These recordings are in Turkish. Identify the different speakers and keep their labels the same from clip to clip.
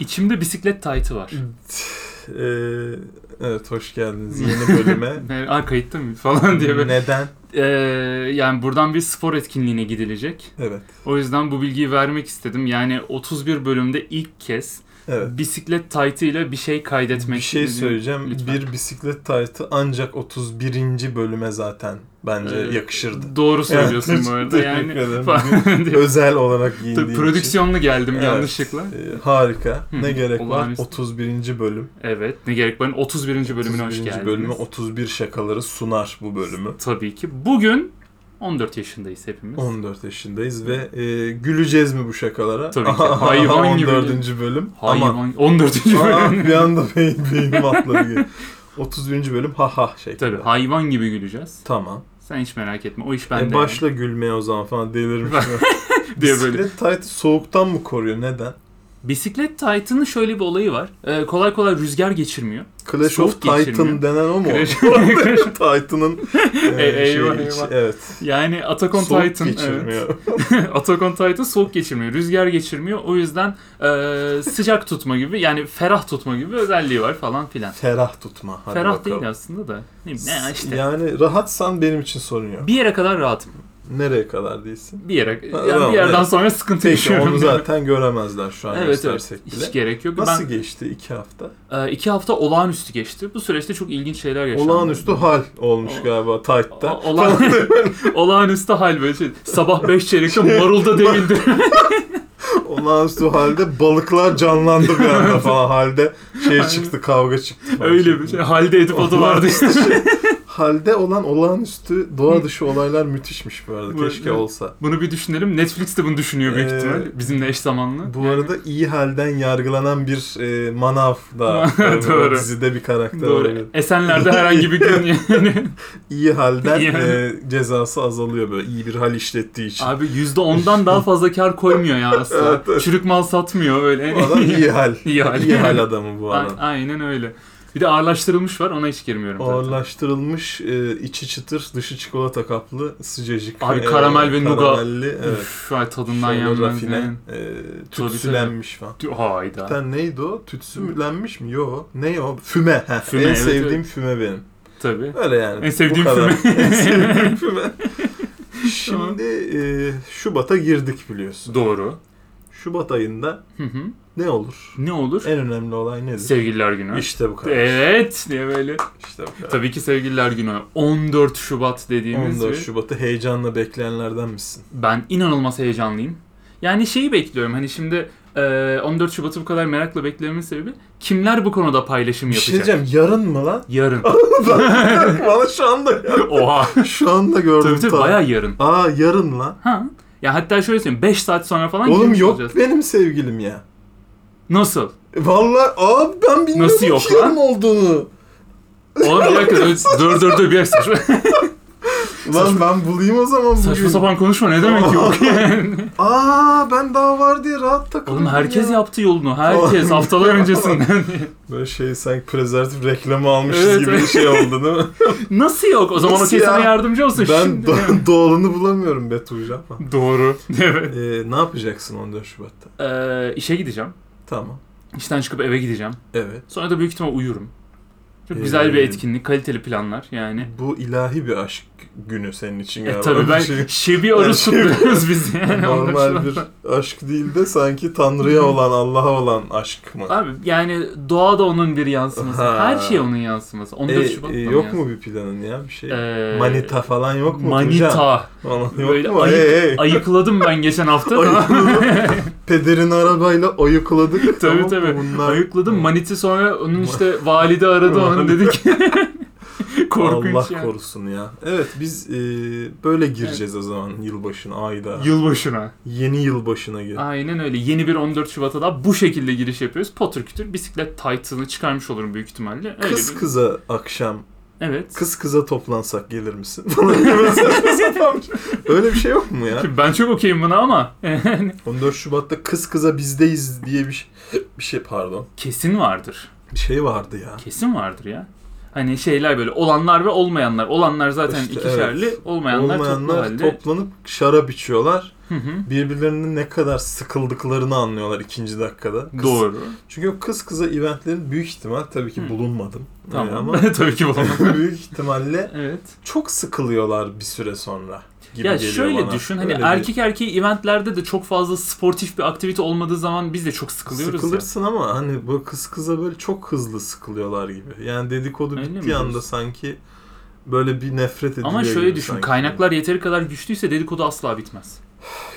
Speaker 1: İçimde bisiklet taytı var.
Speaker 2: Ee, evet hoş geldiniz yeni bölüme.
Speaker 1: Ne- Aa kayıtta mı falan diye böyle.
Speaker 2: Neden?
Speaker 1: Ee, yani buradan bir spor etkinliğine gidilecek.
Speaker 2: Evet.
Speaker 1: O yüzden bu bilgiyi vermek istedim. Yani 31 bölümde ilk kez
Speaker 2: Evet.
Speaker 1: bisiklet taytıyla bir şey kaydetmek.
Speaker 2: Bir şey söyleyeceğim.
Speaker 1: Lütfen.
Speaker 2: Bir bisiklet taytı ancak 31. bölüme zaten bence
Speaker 1: Ee,
Speaker 2: yakışırdı.
Speaker 1: Doğru söylüyorsun
Speaker 2: Evet,
Speaker 1: bu arada.
Speaker 2: teşekkür
Speaker 1: Yani
Speaker 2: ederim.
Speaker 1: falan diye.
Speaker 2: Özel olarak giyindiğim için.
Speaker 1: Prodüksiyonla geldim
Speaker 2: Evet.
Speaker 1: yanlışlıkla.
Speaker 2: Ee, harika.
Speaker 1: Hı,
Speaker 2: ne gerek var?
Speaker 1: olağanüstü.
Speaker 2: 31. bölüm.
Speaker 1: Evet. Ne gerek var? 31. bölümüne hoş
Speaker 2: 31.
Speaker 1: geldiniz.
Speaker 2: bölümü 31 şakaları sunar bu bölümü.
Speaker 1: Tabii ki. Bugün 14 yaşındayız hepimiz.
Speaker 2: 14 yaşındayız ve e, güleceğiz mi bu şakalara?
Speaker 1: Tabii ki. Hayvan gibi.
Speaker 2: 14. bölüm.
Speaker 1: Hayvan.
Speaker 2: Aman.
Speaker 1: 14.
Speaker 2: Aa,
Speaker 1: bölüm.
Speaker 2: bir anda beyin, beynim atladı. 31. bölüm ha ha şeklinde.
Speaker 1: Tabii hayvan gibi güleceğiz.
Speaker 2: Tamam.
Speaker 1: Sen hiç merak etme. O iş
Speaker 2: E,
Speaker 1: bende.
Speaker 2: başla gülmeye o zaman falan delirmiş.
Speaker 1: yani. diye böyle.
Speaker 2: Bisiklet taytı soğuktan mı koruyor? Neden?
Speaker 1: Bisiklet Titan'ın şöyle bir olayı var. Ee, kolay kolay rüzgar geçirmiyor.
Speaker 2: Clash
Speaker 1: Soğuk
Speaker 2: of Titan
Speaker 1: geçirmiyor.
Speaker 2: denen o mu?
Speaker 1: Clash-
Speaker 2: Titan'ın e,
Speaker 1: E,
Speaker 2: şeyi,
Speaker 1: eyvah, eyvah.
Speaker 2: Evet.
Speaker 1: Yani Attack on
Speaker 2: soğuk
Speaker 1: Titan. Evet.
Speaker 2: geçirmiyor.
Speaker 1: Attack on Titan soğuk geçirmiyor. Rüzgar geçirmiyor. O yüzden e, sıcak tutma gibi yani ferah tutma gibi bir özelliği var falan filan.
Speaker 2: Ferah tutma. Hadi
Speaker 1: ferah
Speaker 2: bakalım.
Speaker 1: değil aslında da. Ne, bileyim, ne işte.
Speaker 2: Yani rahatsan benim için sorun yok.
Speaker 1: Bir yere kadar rahatım.
Speaker 2: Nereye kadar değilsin?
Speaker 1: Bir yere
Speaker 2: Ha,
Speaker 1: yani
Speaker 2: tamam,
Speaker 1: bir yerden
Speaker 2: evet.
Speaker 1: sonra sıkıntı
Speaker 2: Peki
Speaker 1: yaşıyorum.
Speaker 2: onu zaten göremezler şu an
Speaker 1: Evet evet.
Speaker 2: göstersek bile.
Speaker 1: Hiç gerek yok.
Speaker 2: Nasıl
Speaker 1: ben
Speaker 2: geçti iki hafta?
Speaker 1: e, iki hafta olağanüstü geçti. Bu süreçte çok ilginç şeyler yaşandı.
Speaker 2: Olağanüstü hal olmuş
Speaker 1: O-
Speaker 2: galiba Tight'ta.
Speaker 1: O- olağan- Olağanüstü hal böyle şey. Sabah 5 çeyrekte marulda devildi.
Speaker 2: Olağanüstü halde balıklar canlandı bir anda falan halde şey
Speaker 1: Aynen.
Speaker 2: çıktı kavga çıktı. falan.
Speaker 1: Öyle bir şey. Halde edip adı vardı.
Speaker 2: Olağanüstü şey. Halde olan olağanüstü doğa dışı olaylar müthişmiş bu arada
Speaker 1: Bu-
Speaker 2: keşke
Speaker 1: evet.
Speaker 2: olsa.
Speaker 1: Bunu bir düşünelim. Netflix de bunu düşünüyor büyük
Speaker 2: Ee,
Speaker 1: ihtimal. Bizimle eş zamanlı.
Speaker 2: Bu arada iyi halden yargılanan bir e, manav da e,
Speaker 1: Doğru.
Speaker 2: dizide bir karakter olabilir.
Speaker 1: Doğru. Esenler'de herhangi bir gün yani.
Speaker 2: İyi halden
Speaker 1: Yani.
Speaker 2: e, cezası azalıyor böyle iyi bir hal işlettiği için.
Speaker 1: Abi %10'dan daha fazla kar koymuyor ya asla.
Speaker 2: Evet, evet.
Speaker 1: Çürük mal satmıyor öyle.
Speaker 2: Bu adam iyi hal.
Speaker 1: İyi hal.
Speaker 2: iyi hal adamı bu adam.
Speaker 1: A- Aynen öyle. Bir de ağırlaştırılmış var ona hiç girmiyorum zaten.
Speaker 2: Ağırlaştırılmış, e, içi çıtır, dışı çikolata kaplı, sıcacık.
Speaker 1: Abi
Speaker 2: e,
Speaker 1: karamel ve nuga.
Speaker 2: Karamelli, evet.
Speaker 1: Üf, ay tadından
Speaker 2: Şöyle
Speaker 1: yanmaz.
Speaker 2: rafine,
Speaker 1: yani.
Speaker 2: e, tütsülenmiş falan.
Speaker 1: Tü-
Speaker 2: Bir
Speaker 1: Hayda.
Speaker 2: tane neydi o? Tütsülenmiş mi? Yo. Ne o? Füme. Heh,
Speaker 1: Füme,
Speaker 2: en
Speaker 1: evet,
Speaker 2: sevdiğim füme benim.
Speaker 1: Tabii.
Speaker 2: Öyle yani.
Speaker 1: En sevdiğim
Speaker 2: Bu kadar.
Speaker 1: füme.
Speaker 2: en sevdiğim füme. Şimdi e, Şubat'a girdik biliyorsun.
Speaker 1: Doğru.
Speaker 2: Şubat ayında
Speaker 1: Hı hı.
Speaker 2: ne olur?
Speaker 1: Ne olur?
Speaker 2: En önemli olay nedir?
Speaker 1: Sevgililer günü.
Speaker 2: İşte bu kadar.
Speaker 1: Evet diye böyle.
Speaker 2: İşte bu kadar.
Speaker 1: Tabii ki sevgililer günü. 14 Şubat dediğimiz
Speaker 2: 14
Speaker 1: bir-
Speaker 2: Şubat'ı heyecanla bekleyenlerden misin?
Speaker 1: Ben inanılmaz heyecanlıyım. Yani şeyi bekliyorum hani şimdi e, 14 Şubat'ı bu kadar merakla beklememin sebebi kimler bu konuda paylaşım
Speaker 2: Bir
Speaker 1: yapacak?
Speaker 2: şey diyeceğim yarın mı lan?
Speaker 1: Yarın.
Speaker 2: Bana şu anda ya.
Speaker 1: Oha.
Speaker 2: Şu anda gördüm
Speaker 1: tabii tabii
Speaker 2: tam.
Speaker 1: bayağı yarın.
Speaker 2: Aa yarın lan.
Speaker 1: Ha. Ya hatta şöyle söyleyeyim 5 saat sonra falan
Speaker 2: Oğlum
Speaker 1: girmiş
Speaker 2: yok
Speaker 1: olacağız.
Speaker 2: benim sevgilim ya.
Speaker 1: Nasıl?
Speaker 2: Vallahi abi ben bilmiyordum
Speaker 1: Nasıl yok
Speaker 2: ki yarın
Speaker 1: lan?
Speaker 2: olduğunu.
Speaker 1: Oğlum bir dakika dur dur dur, dur bir dakika. Saçma-
Speaker 2: Lan ben bulayım o zaman bugün.
Speaker 1: Saçma sapan konuşma ne demek yok yani.
Speaker 2: Aa ben daha var diye rahat takıldım.
Speaker 1: Oğlum herkes
Speaker 2: ya.
Speaker 1: yaptı yolunu. Herkes
Speaker 2: Oğlum.
Speaker 1: haftalar öncesinden.
Speaker 2: Böyle şey sanki prezervatif reklamı almışız
Speaker 1: Evet,
Speaker 2: gibi bir
Speaker 1: evet.
Speaker 2: şey oldu değil mi?
Speaker 1: Nasıl yok? O zaman
Speaker 2: Nasıl
Speaker 1: okey sana
Speaker 2: ya?
Speaker 1: yardımcı olsun.
Speaker 2: ben
Speaker 1: Şimdi.
Speaker 2: do- doğalını bulamıyorum Betül ama.
Speaker 1: Doğru. Evet.
Speaker 2: Ee, ne yapacaksın 14 Şubat'ta?
Speaker 1: Ee, işe gideceğim.
Speaker 2: Tamam.
Speaker 1: İşten çıkıp eve gideceğim.
Speaker 2: Evet.
Speaker 1: Sonra da büyük ihtimal uyurum. Çok
Speaker 2: Ee,
Speaker 1: güzel bir etkinlik, kaliteli planlar yani.
Speaker 2: Bu ilahi bir aşk günü senin için
Speaker 1: E
Speaker 2: galiba.
Speaker 1: tabii ben
Speaker 2: Bir şey-
Speaker 1: şebi aruz
Speaker 2: Ben şebi-
Speaker 1: kutluyoruz biz yani.
Speaker 2: Normal bir aşk değil de sanki Tanrı'ya olan, Allah'a olan aşk mı?
Speaker 1: Abi yani doğa da onun bir yansıması.
Speaker 2: Ha.
Speaker 1: Her şey onun yansıması. 14
Speaker 2: E,
Speaker 1: Şubat
Speaker 2: e,
Speaker 1: da onun
Speaker 2: yok
Speaker 1: yansıması.
Speaker 2: mu bir planın ya bir şey?
Speaker 1: Ee,
Speaker 2: manita falan yok mu? Tuğcan?
Speaker 1: Manita.
Speaker 2: Falan yok
Speaker 1: Böyle
Speaker 2: mu?
Speaker 1: ayık-
Speaker 2: Hey, hey.
Speaker 1: Ayıkladım ben geçen hafta da.
Speaker 2: Pederin arabayla ayıkladık.
Speaker 1: Tabii,
Speaker 2: tamam mı?
Speaker 1: tabii.
Speaker 2: Bunlar...
Speaker 1: Ayıkladım. Maniti sonra onun işte valide aradı onu dedi ki. Korkunç
Speaker 2: Allah
Speaker 1: yani.
Speaker 2: korusun ya. Evet biz e, böyle gireceğiz o zaman yılbaşına ayda.
Speaker 1: Yılbaşına.
Speaker 2: Yeni yılbaşına gir.
Speaker 1: Aynen öyle. Yeni bir 14 Şubat'a da bu şekilde giriş yapıyoruz. Potter kütür bisiklet taytını çıkarmış olurum büyük ihtimalle. Öyle
Speaker 2: Kız
Speaker 1: bir-
Speaker 2: kıza akşam
Speaker 1: Evet.
Speaker 2: kız kıza toplansak gelir misin? Falan gibi saçma sapan bir şey. Öyle bir şey yok mu ya?
Speaker 1: Şimdi ben çok okeyim buna ama
Speaker 2: 14 Şubat'ta kız kıza bizdeyiz diye bir şey, bir şey pardon.
Speaker 1: kesin vardır.
Speaker 2: Bir şey vardı ya.
Speaker 1: Kesin vardır ya. Hani şeyler böyle olanlar ve olmayanlar. Olanlar zaten
Speaker 2: İşte
Speaker 1: ikişerli, olmayanlar, toplu
Speaker 2: Olmayanlar
Speaker 1: halde.
Speaker 2: toplanıp şarap içiyorlar.
Speaker 1: Hı hı.
Speaker 2: birbirlerinin ne kadar sıkıldıklarını anlıyorlar ikinci dakikada. Kız-
Speaker 1: Doğru.
Speaker 2: Çünkü o kız kıza eventlerin büyük ihtimal tabii ki
Speaker 1: Hı.
Speaker 2: bulunmadım.
Speaker 1: Tamam.
Speaker 2: Ee, ama
Speaker 1: Tabii ki bu.
Speaker 2: büyük ihtimalle
Speaker 1: evet.
Speaker 2: çok sıkılıyorlar bir süre sonra gibi
Speaker 1: Ya
Speaker 2: geliyor
Speaker 1: şöyle
Speaker 2: bana.
Speaker 1: düşün hani
Speaker 2: Öyle bir-
Speaker 1: erkek erkeği eventlerde de çok fazla sportif bir aktivite olmadığı zaman biz de çok sıkılıyoruz ya.
Speaker 2: Sıkılırsın ama hani bu kız kıza böyle çok hızlı sıkılıyorlar gibi. Yani dedikodu
Speaker 1: Öyle mi
Speaker 2: bittiği
Speaker 1: diyorsun?
Speaker 2: anda sanki böyle bir nefret ediliyor
Speaker 1: Ama şöyle
Speaker 2: gibi
Speaker 1: düşün
Speaker 2: sanki.
Speaker 1: kaynaklar yeteri kadar güçlüyse dedikodu asla bitmez.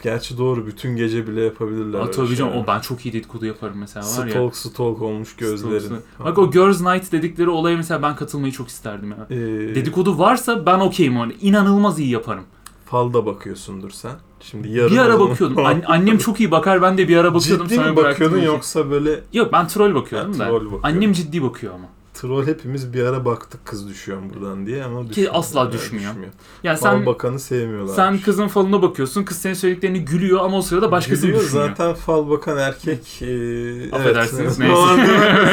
Speaker 2: Gerçi doğru bütün gece bile yapabilirler.
Speaker 1: Aa,
Speaker 2: öyle
Speaker 1: tabii canım
Speaker 2: şeyler.
Speaker 1: o ben çok iyi dedikodu yaparım mesela var ya.
Speaker 2: Stalk stalk olmuş gözlerin.
Speaker 1: Stalks'ı. Bak o Girls Night dedikleri olaya mesela ben katılmayı çok isterdim ya.
Speaker 2: Ee,
Speaker 1: Dedikodu varsa ben okeyim orada. İnanılmaz iyi yaparım.
Speaker 2: falda bakıyorsundur sen. Şimdi yarın
Speaker 1: bir
Speaker 2: o
Speaker 1: ara
Speaker 2: zaman-
Speaker 1: bakıyordum. An- annem çok iyi bakar ben de bir ara bakıyordum.
Speaker 2: Ciddi
Speaker 1: sonra
Speaker 2: mi
Speaker 1: bıraktım.
Speaker 2: bakıyordun yoksa böyle
Speaker 1: Yok ben troll bakıyordum
Speaker 2: Ha,
Speaker 1: da.
Speaker 2: troll bakıyor.
Speaker 1: Annem ciddi bakıyor ama.
Speaker 2: troll hepimiz bir ara baktık kız düşüyor mu buradan diye ama düşmüyor.
Speaker 1: asla
Speaker 2: Yani
Speaker 1: düşmüyor.
Speaker 2: düşmüyor.
Speaker 1: Yani
Speaker 2: Fal
Speaker 1: sen
Speaker 2: bakanı sevmiyorlar. şey.
Speaker 1: sen kızın falına bakıyorsun. Kız senin söylediklerini gülüyor ama o sırada başkası
Speaker 2: Gülüyor,
Speaker 1: düşünüyor.
Speaker 2: Zaten fal bakan erkek. E,
Speaker 1: Affedersiniz
Speaker 2: evet.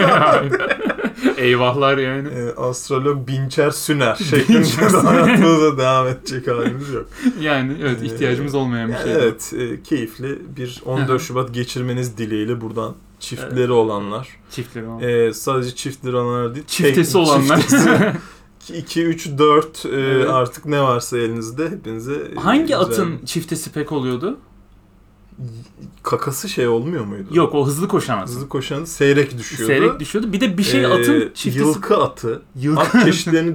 Speaker 1: neyse. Eyvahlar yani.
Speaker 2: E, astrolog Binçer Süner şeklinde de hayatımıza devam edecek halimiz yok.
Speaker 1: Yani evet ihtiyacımız olmayan bir
Speaker 2: Yani
Speaker 1: şey.
Speaker 2: Ee, evet e, keyifli bir 14 Şubat geçirmeniz dileğiyle buradan çiftleri olanlar.
Speaker 1: Çiftleri olan.
Speaker 2: e, sadece çiftleri olanlar değil.
Speaker 1: Çiftesi
Speaker 2: tek-
Speaker 1: olanlar.
Speaker 2: çiftesi. 2, 3, 4 e,
Speaker 1: Evet.
Speaker 2: artık ne varsa elinizde hepinize e,
Speaker 1: Hangi
Speaker 2: güzel-
Speaker 1: atın çiftesi pek oluyordu?
Speaker 2: kakası şey olmuyor muydu?
Speaker 1: Yok o hızlı koşan at.
Speaker 2: Hızlı koşan seyrek düşüyordu.
Speaker 1: Seyrek düşüyordu. Bir de bir şey
Speaker 2: E,
Speaker 1: atın çiftesi.
Speaker 2: Yılkı atı.
Speaker 1: Yılkı.
Speaker 2: At çeşitlerini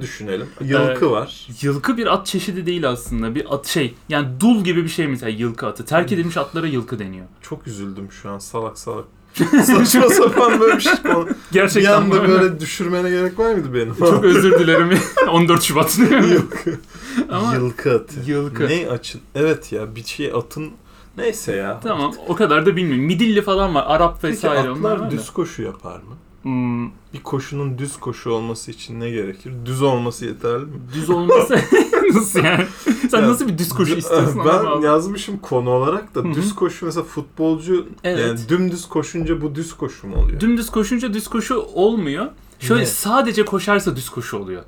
Speaker 2: düşünelim. Yılkı var.
Speaker 1: Yılkı bir at çeşidi değil aslında. Bir at şey yani dul gibi bir şey mesela yılkı atı. Terk edilmiş atlara yılkı deniyor.
Speaker 2: Çok üzüldüm şu an salak salak. Saçma sapan böyle bir şey. konu- Bir
Speaker 1: Gerçekten
Speaker 2: anda
Speaker 1: bu-
Speaker 2: böyle düşürmene gerek var mıydı benim?
Speaker 1: Çok özür dilerim. 14 Şubat.
Speaker 2: Yılkı.
Speaker 1: Ama
Speaker 2: Yılkı atı.
Speaker 1: yılkı.
Speaker 2: Ne açın? Evet ya bir şey atın. Neyse ya.
Speaker 1: Tamam o kadar da bilmiyorum. Midilli falan var. Arap
Speaker 2: Peki
Speaker 1: vesaire onlar var
Speaker 2: atlar
Speaker 1: da.
Speaker 2: düz koşu yapar mı?
Speaker 1: Hmm,
Speaker 2: Bir koşunun düz koşu olması için ne gerekir? Düz olması yeterli mi?
Speaker 1: düz olması nasıl yani? Sen
Speaker 2: Ya,
Speaker 1: nasıl bir düz koşu istiyorsun? ona
Speaker 2: Ben
Speaker 1: bağlı.
Speaker 2: yazmışım konu olarak da
Speaker 1: Hı hı.
Speaker 2: düz koşu mesela futbolcu
Speaker 1: Evet.
Speaker 2: yani dümdüz koşunca bu düz koşu mu oluyor?
Speaker 1: Dümdüz koşunca düz koşu olmuyor. Şöyle
Speaker 2: Ne?
Speaker 1: sadece koşarsa düz koşu oluyor.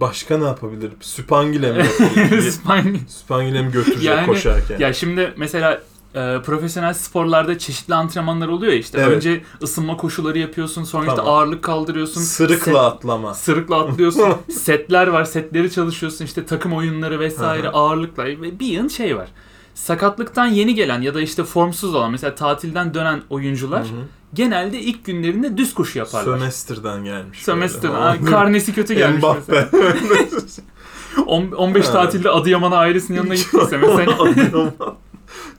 Speaker 2: Başka ne yapabilir? Süpangile mi yapabilir?
Speaker 1: İspanya.
Speaker 2: Süpangile mi götürecek
Speaker 1: Yani-
Speaker 2: koşarken?
Speaker 1: Ya şimdi mesela e, profesyonel sporlarda çeşitli antrenmanlar oluyor ya işte.
Speaker 2: Evet.
Speaker 1: Önce ısınma koşuları yapıyorsun, sonra işte
Speaker 2: Tamam.
Speaker 1: ağırlık kaldırıyorsun.
Speaker 2: Sırıkla
Speaker 1: set-
Speaker 2: atlama.
Speaker 1: sırıkla atlıyorsun. setler var, setleri çalışıyorsun. işte takım oyunları vesaire,
Speaker 2: Hı hı.
Speaker 1: ağırlıkla ve bir yığın şey var. Sakatlıktan yeni gelen ya da işte formsuz olan mesela tatilden dönen oyuncular
Speaker 2: Hı hı.
Speaker 1: genelde ilk günlerinde düz koşu yaparlar.
Speaker 2: Sömestr'den gelmiş.
Speaker 1: Sömestr.
Speaker 2: böyle.
Speaker 1: ha, Karnesi kötü gelmiş mesela.
Speaker 2: Mbappe.
Speaker 1: On- 15
Speaker 2: Ha.
Speaker 1: tatilde Adıyaman'a ailesinin yanına gittiyse mesela.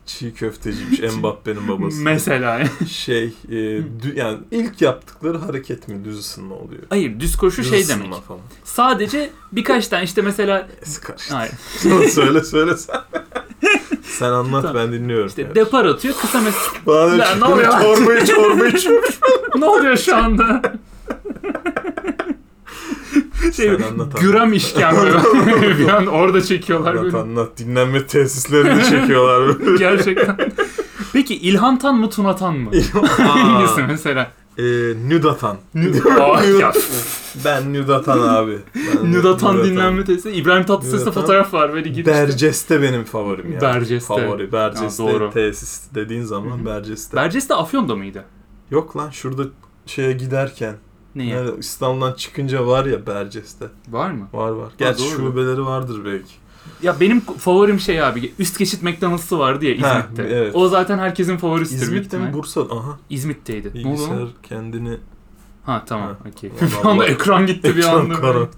Speaker 2: Çiğ köfteciymiş Mbappe'nin babası.
Speaker 1: mesela.
Speaker 2: şey, e, dü- yani ilk yaptıkları hareket mi düz ısınma oluyor?
Speaker 1: Hayır düz koşu
Speaker 2: Düz
Speaker 1: şey
Speaker 2: ısınma
Speaker 1: demek.
Speaker 2: Falan.
Speaker 1: Sadece birkaç tane işte mesela
Speaker 2: Eski karıştı.
Speaker 1: hayır,
Speaker 2: söyle söyle sen. sen anlat
Speaker 1: Tamam.
Speaker 2: ben dinliyorum.
Speaker 1: işte
Speaker 2: yani.
Speaker 1: depar atıyor kısa mesela
Speaker 2: Bana
Speaker 1: Ya,
Speaker 2: ne
Speaker 1: ne oluyor?
Speaker 2: Çorbayı çorba içiyor.
Speaker 1: ne oluyor şu anda? şey,
Speaker 2: Sen anlat,
Speaker 1: gram işkembe. bir an orada çekiyorlar
Speaker 2: anlat
Speaker 1: böyle.
Speaker 2: anlat. Dinlenme tesislerini çekiyorlar böyle.
Speaker 1: Gerçekten. Peki İlhan Tan mı Tuna Tan mı? Hangisi mesela?
Speaker 2: Ee, Nüdatan.
Speaker 1: Ah ya.
Speaker 2: Ben Nüdatan abi. Ben
Speaker 1: Nudatan dinlenme tesisi. İbrahim Tatlıses'te
Speaker 2: Nudatan.
Speaker 1: fotoğraf var böyle gidip.
Speaker 2: Berceste benim favorim ya.
Speaker 1: Berceste.
Speaker 2: Favori. Berceste
Speaker 1: Ha, doğru.
Speaker 2: tesis dediğin zaman
Speaker 1: Hı hı.
Speaker 2: Berceste.
Speaker 1: Berces de Afyon'da mıydı?
Speaker 2: Yok lan şurada şeye giderken.
Speaker 1: Neye?
Speaker 2: nerede- İstanbul'dan çıkınca var ya Berceste.
Speaker 1: Var mı?
Speaker 2: Var var. Gerçi
Speaker 1: doğru.
Speaker 2: şubeleri vardır belki.
Speaker 1: Ya benim favorim şey abi. Üst geçit McDonald's'ı vardı ya
Speaker 2: Ha,
Speaker 1: İzmit'te.
Speaker 2: evet.
Speaker 1: O zaten herkesin favorisidir. büyük
Speaker 2: İzmit'te mi
Speaker 1: ihtimal.
Speaker 2: Bursa'da? Aha.
Speaker 1: İzmit'teydi. Ne oldu?
Speaker 2: Bilgisayar
Speaker 1: lan?
Speaker 2: kendini
Speaker 1: Ha tamam.
Speaker 2: Ha.
Speaker 1: Okey.
Speaker 2: Vallahi
Speaker 1: Bir anda ekran gitti bir
Speaker 2: ekran
Speaker 1: anda.
Speaker 2: kararttı.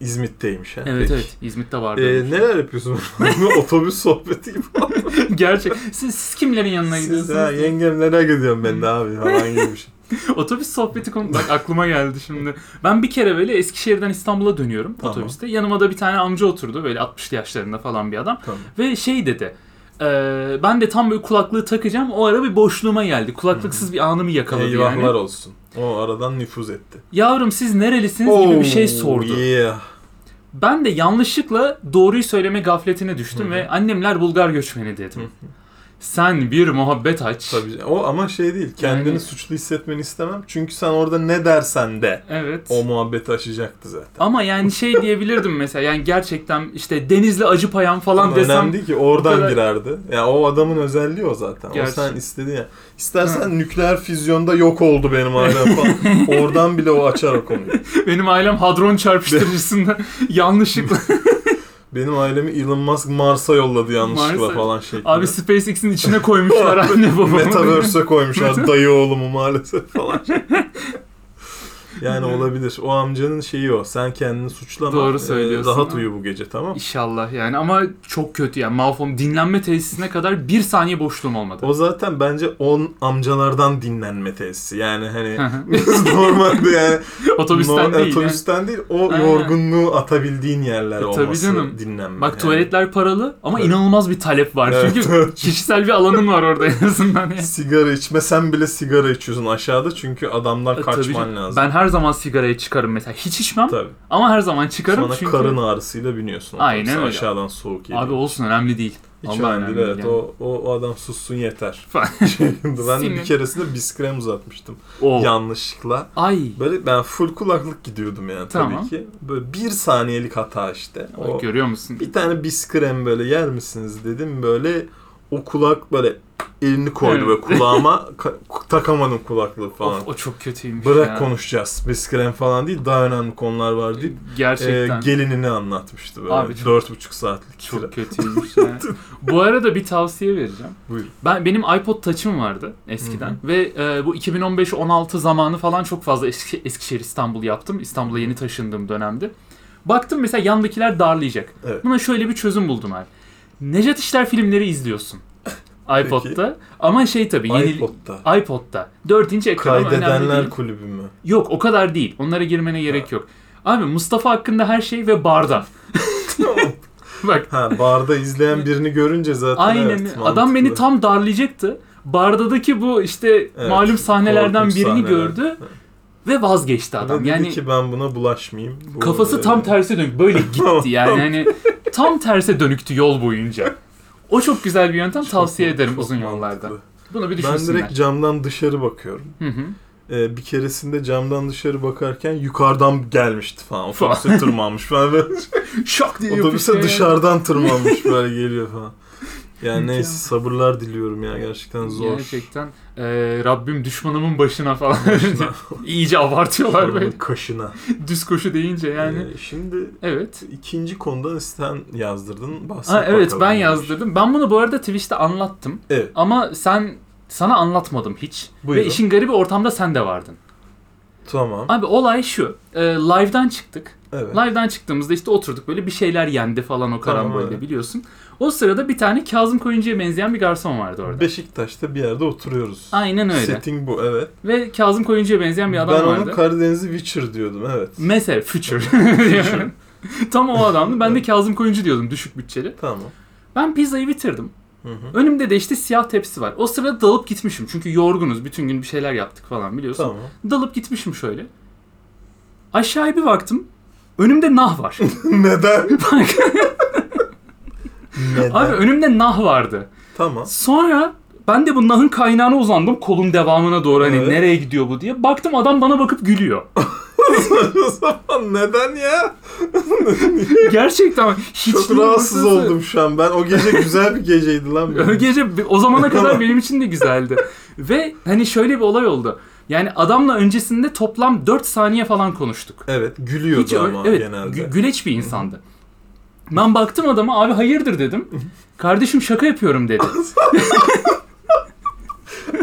Speaker 2: İzmit'teymiş ha.
Speaker 1: Evet
Speaker 2: Peki.
Speaker 1: evet. İzmit'te vardı.
Speaker 2: Ee, neler yapıyorsun? Otobüs sohbeti gibi.
Speaker 1: Gerçek. Siz, siz kimlerin yanına
Speaker 2: Siz
Speaker 1: gidiyorsunuz?
Speaker 2: ha, yengem nereye gidiyorsun ben de abi falan gibi bir şey.
Speaker 1: Otobüs sohbeti konu bak aklıma geldi şimdi. Ben bir kere böyle Eskişehir'den İstanbul'a dönüyorum
Speaker 2: Tamam.
Speaker 1: otobüste. Yanıma da bir tane amca oturdu böyle 60'lı yaşlarında falan bir adam.
Speaker 2: Tamam.
Speaker 1: Ve şey dedi. "Ee, ben de tam böyle kulaklığı takacağım. O ara bir boşluğuma geldi. Kulaklıksız bir anımı yakaladı
Speaker 2: Eyvahlar
Speaker 1: yani.
Speaker 2: olsun. O aradan nüfuz etti.
Speaker 1: Yavrum siz nerelisiniz gibi bir şey sordu.
Speaker 2: Oh, yeah.
Speaker 1: Ben de yanlışlıkla doğruyu söyleme gafletine düştüm ve annemler Bulgar göçmeni dedim.
Speaker 2: Hı hı.
Speaker 1: Sen bir muhabbet aç.
Speaker 2: Tabii. O ama şey değil. Kendini
Speaker 1: Yani-
Speaker 2: suçlu hissetmeni istemem. Çünkü sen orada ne dersen de
Speaker 1: Evet.
Speaker 2: o muhabbeti aşacaktı zaten.
Speaker 1: Ama yani şey diyebilirdim mesela yani gerçekten işte denizli acı payam falan
Speaker 2: Ama
Speaker 1: desem
Speaker 2: önemli değil ki oradan
Speaker 1: o kadar-
Speaker 2: girerdi. Ya o adamın özelliği o zaten.
Speaker 1: Gerçi.
Speaker 2: O sen istediğin ya. İstersen nükleer füzyonda yok oldu benim ailem falan. oradan bile o açar o konuyu.
Speaker 1: benim ailem hadron çarpıştırıcısında yanlışlıkla
Speaker 2: Benim ailemi Elon Musk Mars'a yolladı yanlışlıkla
Speaker 1: Mars'a-
Speaker 2: falan şeklinde.
Speaker 1: abi SpaceX'in içine koymuşlar anne babamı.
Speaker 2: Metaverse'e koymuşlar dayı oğlumu maalesef falan. yani olabilir. O amcanın şeyi o. Sen kendini suçlama.
Speaker 1: Doğru
Speaker 2: Ee,
Speaker 1: söylüyorsun.
Speaker 2: Rahat uyu bu gece tamam.
Speaker 1: İnşallah yani ama çok kötü yani Malfoy'un dinlenme tesisine kadar bir saniye boşluğum olmadı.
Speaker 2: O zaten bence 10 amcalardan dinlenme tesisi. Yani hani
Speaker 1: Hı hı.
Speaker 2: normalde yani
Speaker 1: Otobüsten
Speaker 2: no-
Speaker 1: değil. yani.
Speaker 2: otobüsten değil o
Speaker 1: Aynen.
Speaker 2: yorgunluğu atabildiğin yerler
Speaker 1: E, tabii
Speaker 2: olması
Speaker 1: canım.
Speaker 2: dinlenme.
Speaker 1: Bak
Speaker 2: yani.
Speaker 1: tuvaletler paralı ama
Speaker 2: Evet.
Speaker 1: inanılmaz bir talep var.
Speaker 2: Evet,
Speaker 1: Çünkü
Speaker 2: evet.
Speaker 1: kişisel bir alanın var orada en azından. yani.
Speaker 2: sigara içmesen bile sigara içiyorsun aşağıda çünkü adamlar
Speaker 1: E, tabii
Speaker 2: kaçman
Speaker 1: canım.
Speaker 2: lazım.
Speaker 1: Ben her zaman sigarayı çıkarım mesela. Hiç içmem
Speaker 2: Tabii.
Speaker 1: ama her zaman çıkarım
Speaker 2: Sonra
Speaker 1: çünkü.
Speaker 2: karın ağrısıyla biniyorsun.
Speaker 1: Aynen
Speaker 2: otobüse.
Speaker 1: öyle.
Speaker 2: Aşağıdan soğuk geliyor.
Speaker 1: Abi olsun önemli değil.
Speaker 2: Hiç
Speaker 1: Vallahi
Speaker 2: önemli değil.
Speaker 1: önemli
Speaker 2: Evet.
Speaker 1: yani.
Speaker 2: O, o, o adam sussun yeter. Şey,
Speaker 1: Falan.
Speaker 2: ben
Speaker 1: Sinir. Oh.
Speaker 2: bir keresinde biskrem uzatmıştım.
Speaker 1: O.
Speaker 2: Yanlışlıkla.
Speaker 1: Ay.
Speaker 2: Böyle ben full kulaklık gidiyordum yani
Speaker 1: Tamam.
Speaker 2: tabii ki. Böyle bir saniyelik hata işte. O,
Speaker 1: Görüyor musun?
Speaker 2: bir tane biskrem böyle yer misiniz dedim. Böyle o kulak böyle elini koydu
Speaker 1: Evet.
Speaker 2: ve kulağıma ka- takamadım kulaklığı falan.
Speaker 1: Of, o çok kötüymüş
Speaker 2: Bırak
Speaker 1: ya.
Speaker 2: konuşacağız. Biskrem falan değil daha önemli konular var deyip e,
Speaker 1: Gerçekten.
Speaker 2: gelinini anlatmıştı böyle.
Speaker 1: Abi çok-
Speaker 2: Dört buçuk saatlik. süre.
Speaker 1: çok kötüymüş ya. Bu arada bir tavsiye vereceğim.
Speaker 2: Buyurun.
Speaker 1: Ben benim iPod Touch'ım vardı eskiden ve e, bu 2015-16 zamanı falan çok fazla Eski, Eskişehir İstanbul yaptım. İstanbul'a yeni taşındığım dönemde. Baktım mesela yandakiler darlayacak.
Speaker 2: Evet.
Speaker 1: Buna şöyle bir çözüm buldum abi. Nejat İşler filmleri izliyorsun iPod'da ama şey tabii yeni
Speaker 2: iPod'da.
Speaker 1: iPod'da 4 inç ekran ama önemli değil.
Speaker 2: Kaydedenler kulübü mü?
Speaker 1: Yok o kadar değil. Onlara girmene gerek yok. Abi Mustafa hakkında her şey ve barda. Bak
Speaker 2: ha barda izleyen birini görünce zaten
Speaker 1: aynen
Speaker 2: evet,
Speaker 1: adam
Speaker 2: mantıklı.
Speaker 1: beni tam darlayacaktı. Bardadaki bu işte malum sahnelerden
Speaker 2: korkunç
Speaker 1: birini
Speaker 2: sahneler.
Speaker 1: gördü ve vazgeçti adam.
Speaker 2: Dedi
Speaker 1: Yani
Speaker 2: ki ben buna bulaşmayayım. Bu,
Speaker 1: kafası
Speaker 2: e,
Speaker 1: tam terse dönük böyle gitti yani hani tam terse dönüktü yol boyunca. O çok güzel bir yöntem tavsiye
Speaker 2: çok-
Speaker 1: ederim
Speaker 2: çok
Speaker 1: uzun
Speaker 2: mantıklı.
Speaker 1: yollarda. Bunu bir
Speaker 2: Ben
Speaker 1: düşünsünler.
Speaker 2: direkt camdan dışarı bakıyorum.
Speaker 1: Hı hı.
Speaker 2: Ee, bir keresinde camdan dışarı bakarken yukarıdan gelmişti falan. Otobüse tırmanmış falan. Böyle
Speaker 1: Şak diye
Speaker 2: Otobüse
Speaker 1: yapıştı.
Speaker 2: dışarıdan tırmanmış böyle geliyor falan. Yani
Speaker 1: Mükemmel.
Speaker 2: neyse sabırlar diliyorum ya gerçekten zor.
Speaker 1: Gerçekten e, Rabbim düşmanımın başına falan. İyice abartıyorlar
Speaker 2: Onun
Speaker 1: böyle.
Speaker 2: kaşına.
Speaker 1: Düz koşu deyince yani.
Speaker 2: Ee, şimdi
Speaker 1: Evet.
Speaker 2: ikinci konudan sen yazdırdın. Bahset
Speaker 1: Ha, evet
Speaker 2: bakalım.
Speaker 1: ben yazdırdım. Ben bunu bu arada Twitch'te anlattım.
Speaker 2: Evet.
Speaker 1: Ama sen sana anlatmadım hiç.
Speaker 2: Buyurun.
Speaker 1: Ve işin garibi ortamda sen de vardın.
Speaker 2: Tamam.
Speaker 1: Abi olay şu. E, live'dan çıktık.
Speaker 2: Evet.
Speaker 1: Live'dan çıktığımızda işte oturduk böyle bir şeyler yendi falan o
Speaker 2: Tamam,
Speaker 1: karambolde
Speaker 2: evet.
Speaker 1: biliyorsun. O sırada bir tane Kazım Koyuncu'ya benzeyen bir garson vardı orada.
Speaker 2: Beşiktaş'ta bir yerde oturuyoruz.
Speaker 1: Aynen öyle.
Speaker 2: Setting bu evet.
Speaker 1: Ve Kazım Koyuncu'ya benzeyen bir adam
Speaker 2: ben
Speaker 1: vardı.
Speaker 2: onu Karadeniz'i Witcher diyordum evet.
Speaker 1: Mesela Future. Tam o adamdı. Ben de Kazım Koyuncu diyordum düşük bütçeli.
Speaker 2: Tamam.
Speaker 1: Ben pizzayı bitirdim.
Speaker 2: Hı hı.
Speaker 1: Önümde de işte siyah tepsi var. O sırada dalıp gitmişim. Çünkü yorgunuz. Bütün gün bir şeyler yaptık falan biliyorsun.
Speaker 2: Tamam.
Speaker 1: Dalıp gitmişim şöyle. Aşağıya bir baktım. Önümde nah var.
Speaker 2: Neden?
Speaker 1: Bak,
Speaker 2: Neden?
Speaker 1: Abi önümde nah vardı.
Speaker 2: Tamam.
Speaker 1: Sonra ben de bu nahın kaynağına uzandım. Kolun devamına doğru hani
Speaker 2: Evet.
Speaker 1: nereye gidiyor bu diye. Baktım adam bana bakıp gülüyor.
Speaker 2: o zaman neden ya?
Speaker 1: Gerçekten hiç
Speaker 2: Çok rahatsız oldum şu an. Ben o gece güzel bir geceydi lan. benim.
Speaker 1: O gece bi- o zamana kadar benim için de güzeldi. Ve hani şöyle bir olay oldu. Yani adamla öncesinde toplam 4 saniye falan konuştuk.
Speaker 2: Evet gülüyordu
Speaker 1: ö-
Speaker 2: ama
Speaker 1: evet,
Speaker 2: genelde.
Speaker 1: gü- güleç bir insandı. Ben baktım adama abi hayırdır dedim. Kardeşim şaka yapıyorum dedi.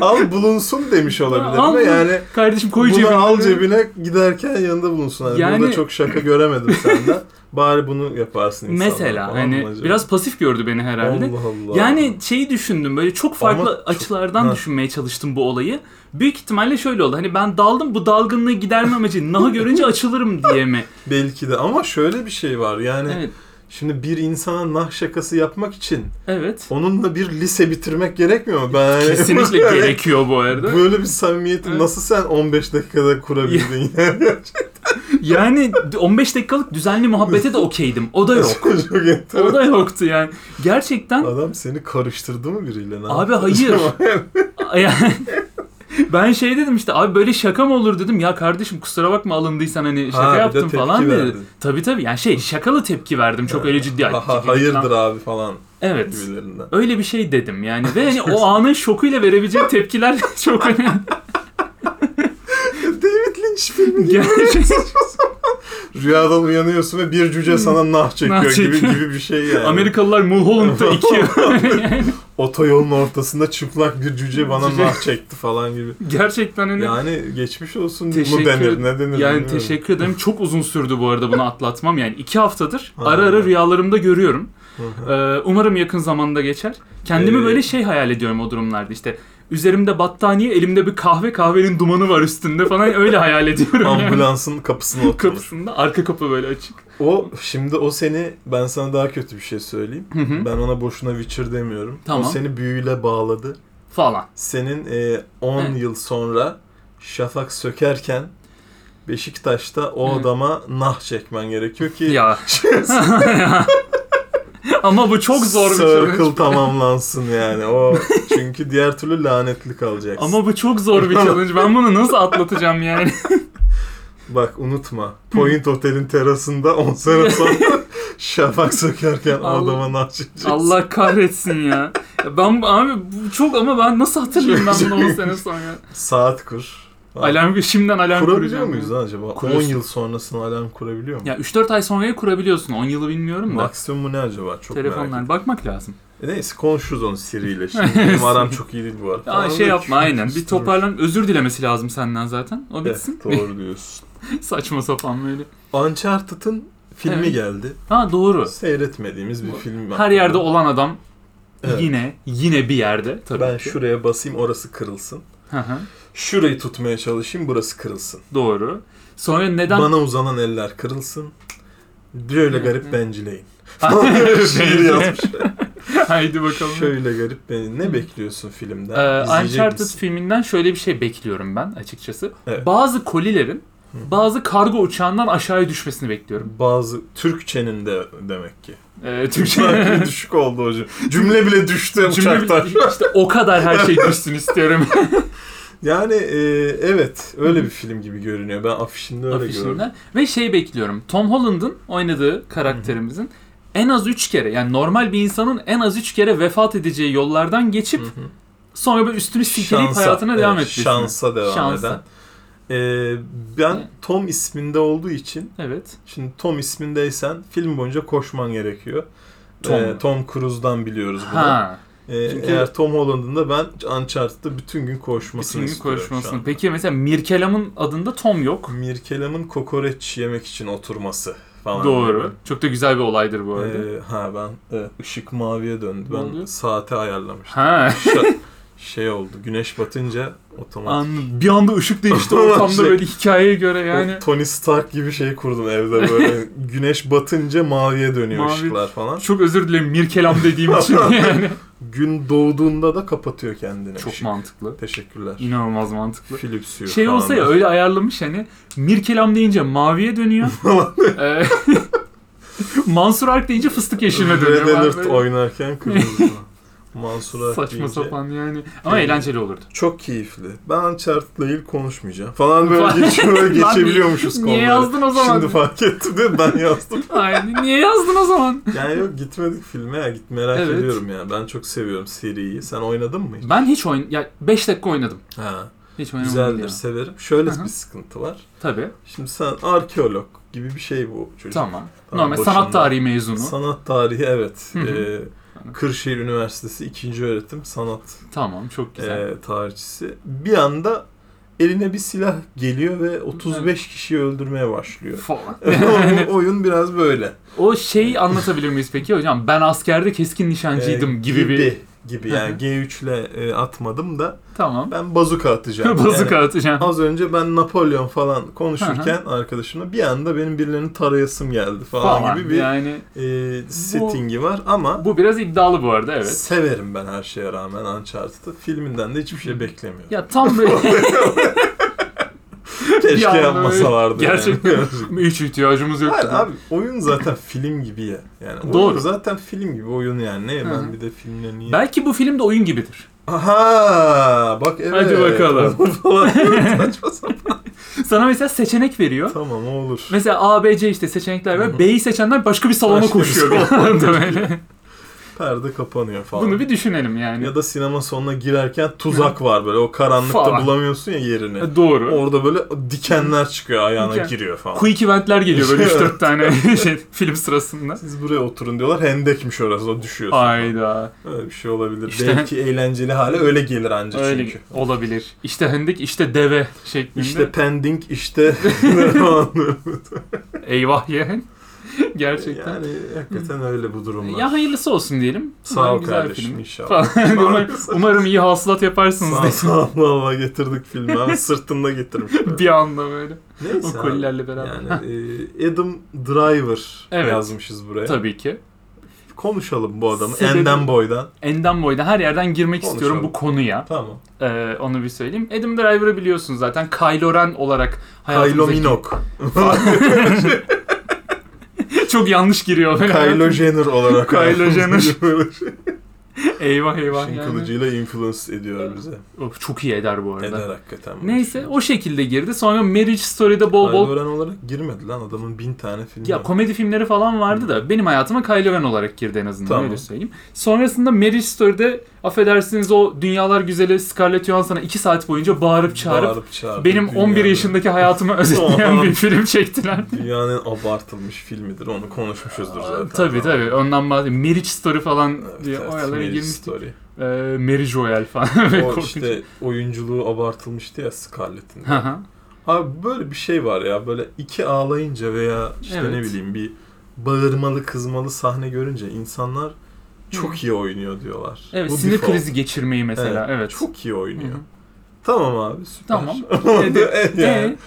Speaker 2: al bulunsun demiş olabilir
Speaker 1: Al
Speaker 2: mi?
Speaker 1: bunu-
Speaker 2: Yani
Speaker 1: Kardeşim koy
Speaker 2: bunu
Speaker 1: cebine.
Speaker 2: al cebine giderken yanında bulunsun. Hani
Speaker 1: Yani-
Speaker 2: Burada çok şaka göremedim senden. Bari bunu yaparsın insanlara
Speaker 1: Mesela
Speaker 2: falan
Speaker 1: hani
Speaker 2: mı acaba?
Speaker 1: biraz pasif gördü beni herhalde.
Speaker 2: Allah Allah.
Speaker 1: Yani şeyi düşündüm böyle çok farklı
Speaker 2: Ama çok-
Speaker 1: açılardan
Speaker 2: Ha.
Speaker 1: düşünmeye çalıştım bu olayı. Büyük ihtimalle şöyle oldu. Hani ben daldım bu dalgınlığı giderme amacı naha görünce açılırım diye mi?
Speaker 2: Belki de ama şöyle bir şey var yani
Speaker 1: Evet.
Speaker 2: şimdi bir insana nah şakası yapmak için
Speaker 1: Evet.
Speaker 2: onunla bir lise bitirmek gerekmiyor mu? Ben
Speaker 1: Kesinlikle
Speaker 2: Yani
Speaker 1: gerekiyor bu arada.
Speaker 2: Böyle bir samimiyeti
Speaker 1: Evet.
Speaker 2: nasıl sen 15 dakikada kurabildin yani?
Speaker 1: Yani 15 dakikalık düzenli muhabbete de okeydim. O da yok.
Speaker 2: Çok
Speaker 1: O
Speaker 2: enteresan.
Speaker 1: da yoktu yani. Gerçekten
Speaker 2: Adam seni karıştırdı mı biriyle? Ne
Speaker 1: Abi
Speaker 2: yaptı
Speaker 1: hayır.
Speaker 2: acaba?
Speaker 1: yani ben şey dedim işte abi böyle şaka mı olur dedim. Ya kardeşim kusura bakma alındıysan hani şaka
Speaker 2: Ha, bir de
Speaker 1: yaptım
Speaker 2: tepki
Speaker 1: falan dedi.
Speaker 2: verdin.
Speaker 1: Tabii tabii yani şey şakalı tepki verdim. Çok öyle ciddi. "Ay,
Speaker 2: Aha,
Speaker 1: ciddi falan."
Speaker 2: hayırdır abi falan
Speaker 1: Evet.
Speaker 2: gibilerinden.
Speaker 1: Öyle bir şey dedim yani ve hani o anın şokuyla verebileceği tepkiler çok önemli.
Speaker 2: David Lynch filmi gibi.
Speaker 1: Gerçekten
Speaker 2: Rüyadan uyanıyorsun ve bir cüce sana nah çekiyor,
Speaker 1: Hmm. Nah
Speaker 2: gibi
Speaker 1: çekiyor.
Speaker 2: gibi bir şey yani.
Speaker 1: Amerikalılar Mulholland'da iki.
Speaker 2: Otoyolun ortasında çıplak bir cüce bana
Speaker 1: Cüce.
Speaker 2: nah çekti falan gibi.
Speaker 1: Gerçekten hani
Speaker 2: Yani geçmiş olsun
Speaker 1: Teşekkür-
Speaker 2: mu denir ne denir
Speaker 1: Yani
Speaker 2: bilmiyorum.
Speaker 1: teşekkür ederim. Çok uzun sürdü bu arada bunu atlatmam. Yani iki haftadır
Speaker 2: Ha.
Speaker 1: ara ara rüyalarımda görüyorum.
Speaker 2: Hı hı.
Speaker 1: Ee, umarım yakın zamanda geçer. Kendimi
Speaker 2: Ee,
Speaker 1: böyle şey hayal ediyorum o durumlarda işte. Üzerimde battaniye, elimde bir kahve, kahvenin dumanı var üstünde falan öyle hayal ediyorum. yani.
Speaker 2: Ambulansın kapısına oturmuş.
Speaker 1: Kapısında arka kapı böyle açık.
Speaker 2: O şimdi o seni ben sana daha kötü bir şey söyleyeyim.
Speaker 1: Hı hı.
Speaker 2: Ben ona boşuna Witcher demiyorum.
Speaker 1: Tamam.
Speaker 2: O seni büyüyle bağladı.
Speaker 1: Falan.
Speaker 2: Senin e, 10
Speaker 1: Evet.
Speaker 2: yıl sonra şafak sökerken Beşiktaş'ta o
Speaker 1: Evet.
Speaker 2: adama nah çekmen gerekiyor ki
Speaker 1: Ya. Ama bu çok zor bir
Speaker 2: circle
Speaker 1: challenge.
Speaker 2: tamamlansın yani. O çünkü diğer türlü lanetli kalacaksın.
Speaker 1: Ama bu çok zor bir challenge. Ben bunu nasıl atlatacağım yani?
Speaker 2: Bak unutma. Point Otel'in terasında 10 sene sonra şafak sökerken o
Speaker 1: Allah-
Speaker 2: adama nah çekeceksin.
Speaker 1: Allah kahretsin ya. Ya Ben abi bu çok ama ben nasıl hatırlayayım ben bunu 10 sene sonra?
Speaker 2: Saat kur.
Speaker 1: Alarm şimdiden alarm
Speaker 2: Kurabiliyor
Speaker 1: kuracağım.
Speaker 2: muyuz lan acaba?
Speaker 1: Kuruyorsun.
Speaker 2: 10 yıl sonrasına alarm kurabiliyor mu?
Speaker 1: Ya 3-4 ay sonraya kurabiliyorsun. 10 yılı bilmiyorum da.
Speaker 2: Maksimum ne acaba? Çok merak
Speaker 1: Telefonlar
Speaker 2: ettim.
Speaker 1: bakmak lazım.
Speaker 2: E Neyse konuşuruz onu Siri ile şimdi. Benim aram çok iyi değil bu arada.
Speaker 1: Aa,
Speaker 2: Ama
Speaker 1: şey yapma aynen. Bir
Speaker 2: küstürür.
Speaker 1: toparlan. Özür dilemesi lazım senden zaten. O
Speaker 2: Evet,
Speaker 1: bitsin.
Speaker 2: Eh, doğru diyorsun.
Speaker 1: Saçma sapan böyle.
Speaker 2: Uncharted'ın filmi
Speaker 1: Evet.
Speaker 2: geldi.
Speaker 1: Ha doğru.
Speaker 2: Seyretmediğimiz bir film.
Speaker 1: Her yerde olan adam
Speaker 2: Evet.
Speaker 1: yine yine bir yerde tabii
Speaker 2: Ben
Speaker 1: ki.
Speaker 2: şuraya basayım orası kırılsın.
Speaker 1: Hı hı,
Speaker 2: Şurayı tutmaya çalışayım burası kırılsın.
Speaker 1: doğru. Sonra neden
Speaker 2: Bana uzanan eller kırılsın. Böyle garip bencileyin. Şiir yazmış.
Speaker 1: Haydi bakalım.
Speaker 2: Şöyle garip ben ne bekliyorsun filmden?
Speaker 1: Ee,
Speaker 2: İzleyecek
Speaker 1: Uncharted
Speaker 2: misin?
Speaker 1: filminden şöyle bir şey bekliyorum ben açıkçası.
Speaker 2: Evet.
Speaker 1: Bazı kolilerin bazı kargo uçağından aşağıya düşmesini bekliyorum.
Speaker 2: Bazı Türkçenin de demek ki.
Speaker 1: Ee, Türkçe
Speaker 2: Sanki düşük oldu hocam. Cümle bile düştü uçaktan.
Speaker 1: işte o kadar her şey düşsün istiyorum
Speaker 2: Yani e, evet öyle bir film gibi görünüyor. Ben afişinde öyle gördüm.
Speaker 1: afişinden. Ve şey bekliyorum. Tom Holland'ın oynadığı karakterimizin en az 3 kere yani normal bir insanın en az 3 kere vefat edeceği yollardan geçip
Speaker 2: Hı hı.
Speaker 1: sonra böyle üstünü silkeleyip hayatına
Speaker 2: evet,
Speaker 1: devam etmesini.
Speaker 2: Şansa devam
Speaker 1: Şansa.
Speaker 2: eden. Ee, ben
Speaker 1: Evet.
Speaker 2: Tom isminde olduğu için
Speaker 1: Evet.
Speaker 2: şimdi Tom ismindeysen film boyunca koşman gerekiyor.
Speaker 1: Tom.
Speaker 2: Tom, Tom Cruise'dan biliyoruz bunu.
Speaker 1: Ha.
Speaker 2: Ee,
Speaker 1: Çünkü-
Speaker 2: Eğer Tom Holland'ın da ben Uncharted'da bütün gün koşmasını
Speaker 1: Bütün gün
Speaker 2: istiyorum şu
Speaker 1: konuşmasını.
Speaker 2: an.
Speaker 1: Peki mesela Mirkelam'ın adında Tom yok.
Speaker 2: Mirkelam'ın kokoreç yemek için oturması falan.
Speaker 1: Doğru. Çok da güzel bir olaydır bu arada.
Speaker 2: Ee, ha ben e, ışık maviye döndü.
Speaker 1: Ne
Speaker 2: ben
Speaker 1: oluyor?
Speaker 2: saate ayarlamıştım.
Speaker 1: Ha.
Speaker 2: Şa- şey oldu. Güneş batınca otomatik.
Speaker 1: Anladım. Bir anda ışık değişti ortamda
Speaker 2: Şey-
Speaker 1: böyle hikayeye göre
Speaker 2: Yani...
Speaker 1: yani.
Speaker 2: Tony Stark gibi şey kurdum evde böyle. güneş batınca maviye dönüyor
Speaker 1: Mavi.
Speaker 2: ışıklar falan.
Speaker 1: Çok özür dilerim Mirkelam dediğim için yani.
Speaker 2: Gün doğduğunda da kapatıyor kendini.
Speaker 1: Çok
Speaker 2: ışık.
Speaker 1: mantıklı.
Speaker 2: Teşekkürler.
Speaker 1: İnanılmaz mantıklı.
Speaker 2: Philips Hue
Speaker 1: Şey
Speaker 2: falan
Speaker 1: olsa ya
Speaker 2: da.
Speaker 1: öyle ayarlamış hani Mirkelam deyince maviye dönüyor. Ee, Mansur Ark deyince fıstık yeşiline dönüyor.
Speaker 2: Red
Speaker 1: Ben
Speaker 2: Alert
Speaker 1: böyle
Speaker 2: oynarken kırmızı. Mansur Ark
Speaker 1: Saçma
Speaker 2: deyince. Ee,
Speaker 1: sapan yani. Ama
Speaker 2: Evet.
Speaker 1: eğlenceli olurdu.
Speaker 2: Çok keyifli. Ben Uncharted'la ilgili konuşmayacağım. Falan böyle
Speaker 1: Lan
Speaker 2: geçiyor
Speaker 1: niye-
Speaker 2: geçebiliyormuşuz
Speaker 1: niye
Speaker 2: konuları.
Speaker 1: yazdın o zaman?
Speaker 2: Şimdi fark ettim değil mi? Ben yazdım.
Speaker 1: Aynen. Niye yazdın o zaman?
Speaker 2: Yani yok gitmedik filme ya. Git merak
Speaker 1: Evet.
Speaker 2: ediyorum ya. Ben çok seviyorum seriyi. Sen oynadın mı hiç?
Speaker 1: Ben hiç oyn... Ya 5 dakika oynadım.
Speaker 2: Ha.
Speaker 1: Hiç oynamadım
Speaker 2: Güzeldir
Speaker 1: ya.
Speaker 2: severim. Şöyle
Speaker 1: Hı hı.
Speaker 2: bir sıkıntı var.
Speaker 1: Tabii.
Speaker 2: Şimdi sen arkeolog gibi bir şey bu çocuk.
Speaker 1: Tamam.
Speaker 2: Tamam,
Speaker 1: Normal
Speaker 2: boşuna.
Speaker 1: sanat tarihi mezunu.
Speaker 2: Sanat tarihi evet.
Speaker 1: Hı hı.
Speaker 2: Ee, Kırşehir Üniversitesi ikinci öğretim sanat
Speaker 1: tamam çok güzel.
Speaker 2: e, tarihçisi. Bir anda eline bir silah geliyor ve 35 kişiyi öldürmeye başlıyor.
Speaker 1: Falan.
Speaker 2: O- oyun biraz böyle.
Speaker 1: o şeyi anlatabilir miyiz peki hocam? Ben askerde keskin nişancıydım
Speaker 2: Ee,
Speaker 1: gibi bir...
Speaker 2: gibi.
Speaker 1: Hı hı.
Speaker 2: Yani G3 ile e, atmadım da
Speaker 1: Tamam.
Speaker 2: ben bazuka atacağım.
Speaker 1: Bazuka
Speaker 2: Yani
Speaker 1: atacağım.
Speaker 2: az önce ben Napolyon falan konuşurken arkadaşımla bir anda benim birilerini tarayasım geldi falan,
Speaker 1: Falan.
Speaker 2: gibi bir
Speaker 1: Yani
Speaker 2: e, settingi var ama
Speaker 1: bu biraz iddialı bu arada evet.
Speaker 2: severim ben her şeye rağmen Uncharted'ı. Filminden de hiçbir şey beklemiyorum.
Speaker 1: Ya tam böyle
Speaker 2: Keşke
Speaker 1: anda
Speaker 2: yapmasalardı. yani.
Speaker 1: Gerçekten hiç ihtiyacımız yok.
Speaker 2: Hayır abi oyun zaten film gibi ya. Yani oyun
Speaker 1: Doğru.
Speaker 2: zaten film gibi oyun yani. Ne
Speaker 1: Hı hı.
Speaker 2: ben bir de filmle niye?
Speaker 1: Belki bu film de oyun gibidir.
Speaker 2: Aha bak evet.
Speaker 1: Hadi bakalım.
Speaker 2: Olur falan. Saçma sapan.
Speaker 1: Sana mesela seçenek veriyor.
Speaker 2: tamam o olur.
Speaker 1: Mesela A, B, C işte seçenekler
Speaker 2: Hı
Speaker 1: var.
Speaker 2: hı.
Speaker 1: B'yi seçenler başka bir salona
Speaker 2: Başka bir
Speaker 1: koşuyor.
Speaker 2: salona
Speaker 1: bir anda
Speaker 2: koşuyor.
Speaker 1: böyle.
Speaker 2: Perde kapanıyor falan.
Speaker 1: Bunu bir düşünelim yani.
Speaker 2: Ya da sinema sonuna girerken tuzak var böyle. O karanlıkta
Speaker 1: Falan.
Speaker 2: bulamıyorsun ya yerini.
Speaker 1: Doğru.
Speaker 2: Orada böyle dikenler çıkıyor ayağına
Speaker 1: Diken.
Speaker 2: giriyor falan.
Speaker 1: Quick eventler geliyor böyle
Speaker 2: Evet.
Speaker 1: 3-4 tane şey, film sırasında.
Speaker 2: Siz buraya oturun diyorlar. Hendekmiş orası. O düşüyorsun. falan.
Speaker 1: Ayda.
Speaker 2: Öyle bir şey olabilir.
Speaker 1: İşte-
Speaker 2: Belki eğlenceli hale öyle gelir anca
Speaker 1: Öyle
Speaker 2: çünkü.
Speaker 1: olabilir. İşte hendek, işte deve şeklinde.
Speaker 2: İşte pending işte
Speaker 1: Eyvah yeğen. Gerçekten.
Speaker 2: yani hakikaten öyle bu durumlar.
Speaker 1: ya hayırlısı olsun diyelim.
Speaker 2: Sağ
Speaker 1: Umarım
Speaker 2: ol
Speaker 1: güzel bir
Speaker 2: kardeşim
Speaker 1: film.
Speaker 2: inşallah.
Speaker 1: Falan. umarım, umarım iyi hasılat yaparsınız
Speaker 2: Sağ ol,
Speaker 1: diye.
Speaker 2: sağ ol valla getirdik filmi. Abi sırtında getirmiş.
Speaker 1: bir anda böyle.
Speaker 2: Neyse
Speaker 1: O
Speaker 2: abi.
Speaker 1: kolilerle beraber.
Speaker 2: Yani e, Adam Driver
Speaker 1: Evet.
Speaker 2: yazmışız buraya.
Speaker 1: Tabii ki.
Speaker 2: Konuşalım bu adamı.
Speaker 1: Sebebi-
Speaker 2: Enden boydan.
Speaker 1: Endem boyda her yerden girmek
Speaker 2: Konuşalım.
Speaker 1: istiyorum bu konuya.
Speaker 2: Tamam.
Speaker 1: Ee, onu bir söyleyeyim. Adam Driver'ı biliyorsunuz zaten. Kylo Ren olarak
Speaker 2: Kylo
Speaker 1: hayatımızdaki-
Speaker 2: Minok.
Speaker 1: Çok yanlış giriyor.
Speaker 2: Kylo Jenner olarak.
Speaker 1: Kylo Jenner.
Speaker 2: Işın
Speaker 1: Eyvah eyvah yani.
Speaker 2: kılıcıyla influence ediyor bize.
Speaker 1: Of, çok iyi eder bu arada.
Speaker 2: Eder hakikaten. şey.
Speaker 1: Neyse o şekilde girdi. Sonra Marriage Story'de bol bol
Speaker 2: Kylo Ren olarak girmedi lan adamın bin tane filmi
Speaker 1: ya
Speaker 2: var.
Speaker 1: komedi filmleri falan vardı da benim hayatıma Kylo Ren olarak girdi en azından
Speaker 2: Tamam.
Speaker 1: öyle söyleyeyim. Sonrasında Marriage Story'de affedersiniz o dünyalar güzeli Scarlett Johansson'a 2 saat boyunca bağırıp çağırıp
Speaker 2: Bağırıp çağırıp
Speaker 1: benim
Speaker 2: dünyanın-
Speaker 1: 11 yaşındaki hayatımı özetleyen bir film çektiler.
Speaker 2: Dünyanın abartılmış filmidir. Onu konuşmuşuzdur zaten.
Speaker 1: Tabii tabii ondan bahsediyorum. Marriage Story falan
Speaker 2: Evet,
Speaker 1: diye
Speaker 2: evet,
Speaker 1: o aralara
Speaker 2: Marriage
Speaker 1: girmiştik.
Speaker 2: Story.
Speaker 1: Ee, Marriage Royale falan. Ve
Speaker 2: O
Speaker 1: korkunç.
Speaker 2: işte oyunculuğu abartılmıştı ya Scarlett'in.
Speaker 1: Hı hı.
Speaker 2: Abi böyle bir şey var ya böyle iki ağlayınca veya işte ne
Speaker 1: Evet.
Speaker 2: bileyim bir bağırmalı kızmalı sahne görünce insanlar çok
Speaker 1: Hı.
Speaker 2: iyi oynuyor diyorlar.
Speaker 1: evet
Speaker 2: Bu
Speaker 1: sinir
Speaker 2: default.
Speaker 1: krizi geçirmeyi mesela. Evet.
Speaker 2: Çok iyi
Speaker 1: Hı
Speaker 2: oynuyor.
Speaker 1: hı.
Speaker 2: Tamam abi süper.
Speaker 1: Tamam.
Speaker 2: Ama
Speaker 1: de-
Speaker 2: evet yani,
Speaker 1: Ee,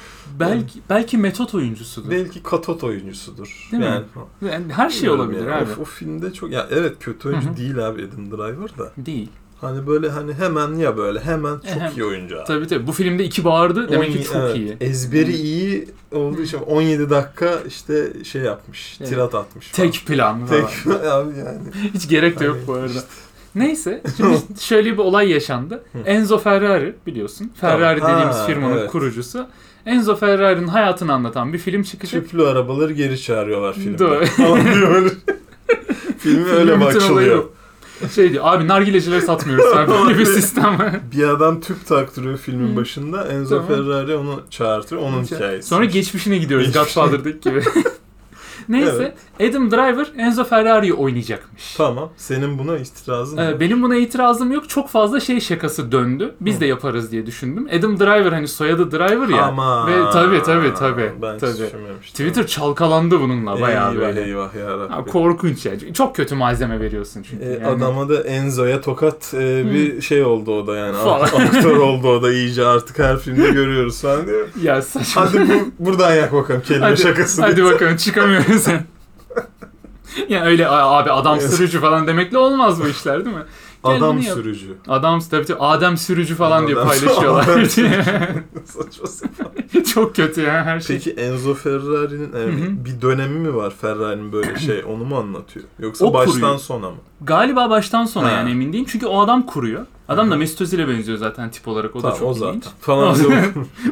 Speaker 1: belki belki metot oyuncusudur.
Speaker 2: belki katot oyuncusudur.
Speaker 1: Değil mi?
Speaker 2: yani,
Speaker 1: Yani her şey
Speaker 2: bilmiyorum
Speaker 1: olabilir
Speaker 2: yani.
Speaker 1: abi.
Speaker 2: O, o filmde çok ya evet kötü oyuncu
Speaker 1: Hı hı.
Speaker 2: değil abi Adam Driver da.
Speaker 1: Değil.
Speaker 2: Hani böyle hani hemen ya böyle hemen çok
Speaker 1: Ehem.
Speaker 2: iyi oyuncu abi.
Speaker 1: E, Tabii tabii. Bu filmde iki bağırdı. Demek ki
Speaker 2: On-
Speaker 1: çok
Speaker 2: evet,
Speaker 1: iyi.
Speaker 2: Ezberi
Speaker 1: Hı.
Speaker 2: iyi olduğu için 17 dakika işte şey yapmış,
Speaker 1: Evet.
Speaker 2: tirat atmış. falan.
Speaker 1: Tek plan. falan.
Speaker 2: Tek abi yani.
Speaker 1: Hiç gerek de yok bu arada. Neyse. Şimdi şöyle bir olay yaşandı.
Speaker 2: Hı.
Speaker 1: Enzo Ferrari biliyorsun. Ferrari
Speaker 2: Tamam.
Speaker 1: dediğimiz
Speaker 2: Ha,
Speaker 1: firmanın
Speaker 2: evet.
Speaker 1: kurucusu. Enzo Ferrari'nin hayatını anlatan bir film çıkacak.
Speaker 2: Tüplü arabaları geri çağırıyorlar filmde.
Speaker 1: Doğru.
Speaker 2: Falan diye böyle. Filmi öyle
Speaker 1: Filmin bütün
Speaker 2: başlıyor.
Speaker 1: Şey diyor. Abi nargilecileri satmıyoruz. Yani böyle bir sistem var.
Speaker 2: Bir adam tüp taktırıyor filmin
Speaker 1: Hı.
Speaker 2: başında. Enzo
Speaker 1: Tamam.
Speaker 2: Ferrari onu çağırtıyor. Onun hikayesi.
Speaker 1: Sonra geçmişine gidiyoruz
Speaker 2: Geçmiş.
Speaker 1: Godfather'daki gibi. Neyse. Adam Driver Enzo Ferrari'yi oynayacakmış.
Speaker 2: Tamam. Senin buna itirazın
Speaker 1: Ee,
Speaker 2: mı?
Speaker 1: benim buna itirazım yok. Çok fazla şey şakası döndü. Biz
Speaker 2: Hı.
Speaker 1: de yaparız diye düşündüm. Adam Driver hani soyadı Driver ya.
Speaker 2: Ama.
Speaker 1: Ve tabii, tabii, tabii.
Speaker 2: Ben hiç
Speaker 1: Tabii.
Speaker 2: düşünmemiştim.
Speaker 1: Twitter çalkalandı bununla bayağı
Speaker 2: eyvah,
Speaker 1: böyle.
Speaker 2: Eyvah yarabbim.
Speaker 1: Ha, korkunç yani. Çok kötü malzeme veriyorsun çünkü.
Speaker 2: E,
Speaker 1: yani.
Speaker 2: Adama da Enzo'ya tokat e, bir şey oldu o da yani.
Speaker 1: Falan.
Speaker 2: Aktör oldu o da iyice artık her filmde görüyoruz falan diyor.
Speaker 1: Ya saçma.
Speaker 2: Hadi bu, buradan yak bakalım kelime
Speaker 1: Hadi-
Speaker 2: şakası.
Speaker 1: Hadi bakalım çıkamıyoruz. ya öyle "Aa, abi adam
Speaker 2: Evet.
Speaker 1: sürücü falan demekle olmaz bu işler değil mi? Gel
Speaker 2: Adam
Speaker 1: bunu yap.
Speaker 2: sürücü.
Speaker 1: Adam tabii tabii Adem sürücü falan diye
Speaker 2: Adam-
Speaker 1: paylaşıyorlar.
Speaker 2: Adam sürücü. Saçma sapan.
Speaker 1: Çok kötü ya her şey.
Speaker 2: Peki Enzo Ferrari'nin e,
Speaker 1: Hı hı.
Speaker 2: bir dönemi mi var Ferrari'nin böyle şey onu mu anlatıyor? Yoksa
Speaker 1: O
Speaker 2: baştan
Speaker 1: kuruyor.
Speaker 2: sona mı?
Speaker 1: Galiba baştan sona
Speaker 2: Ha.
Speaker 1: yani emin değilim. Çünkü o adam kuruyor. Adam da
Speaker 2: Hı.
Speaker 1: Mesut Özil'e benziyor zaten tip olarak. O
Speaker 2: tamam
Speaker 1: da çok
Speaker 2: o zaten.
Speaker 1: ilginç.
Speaker 2: Falan diyor.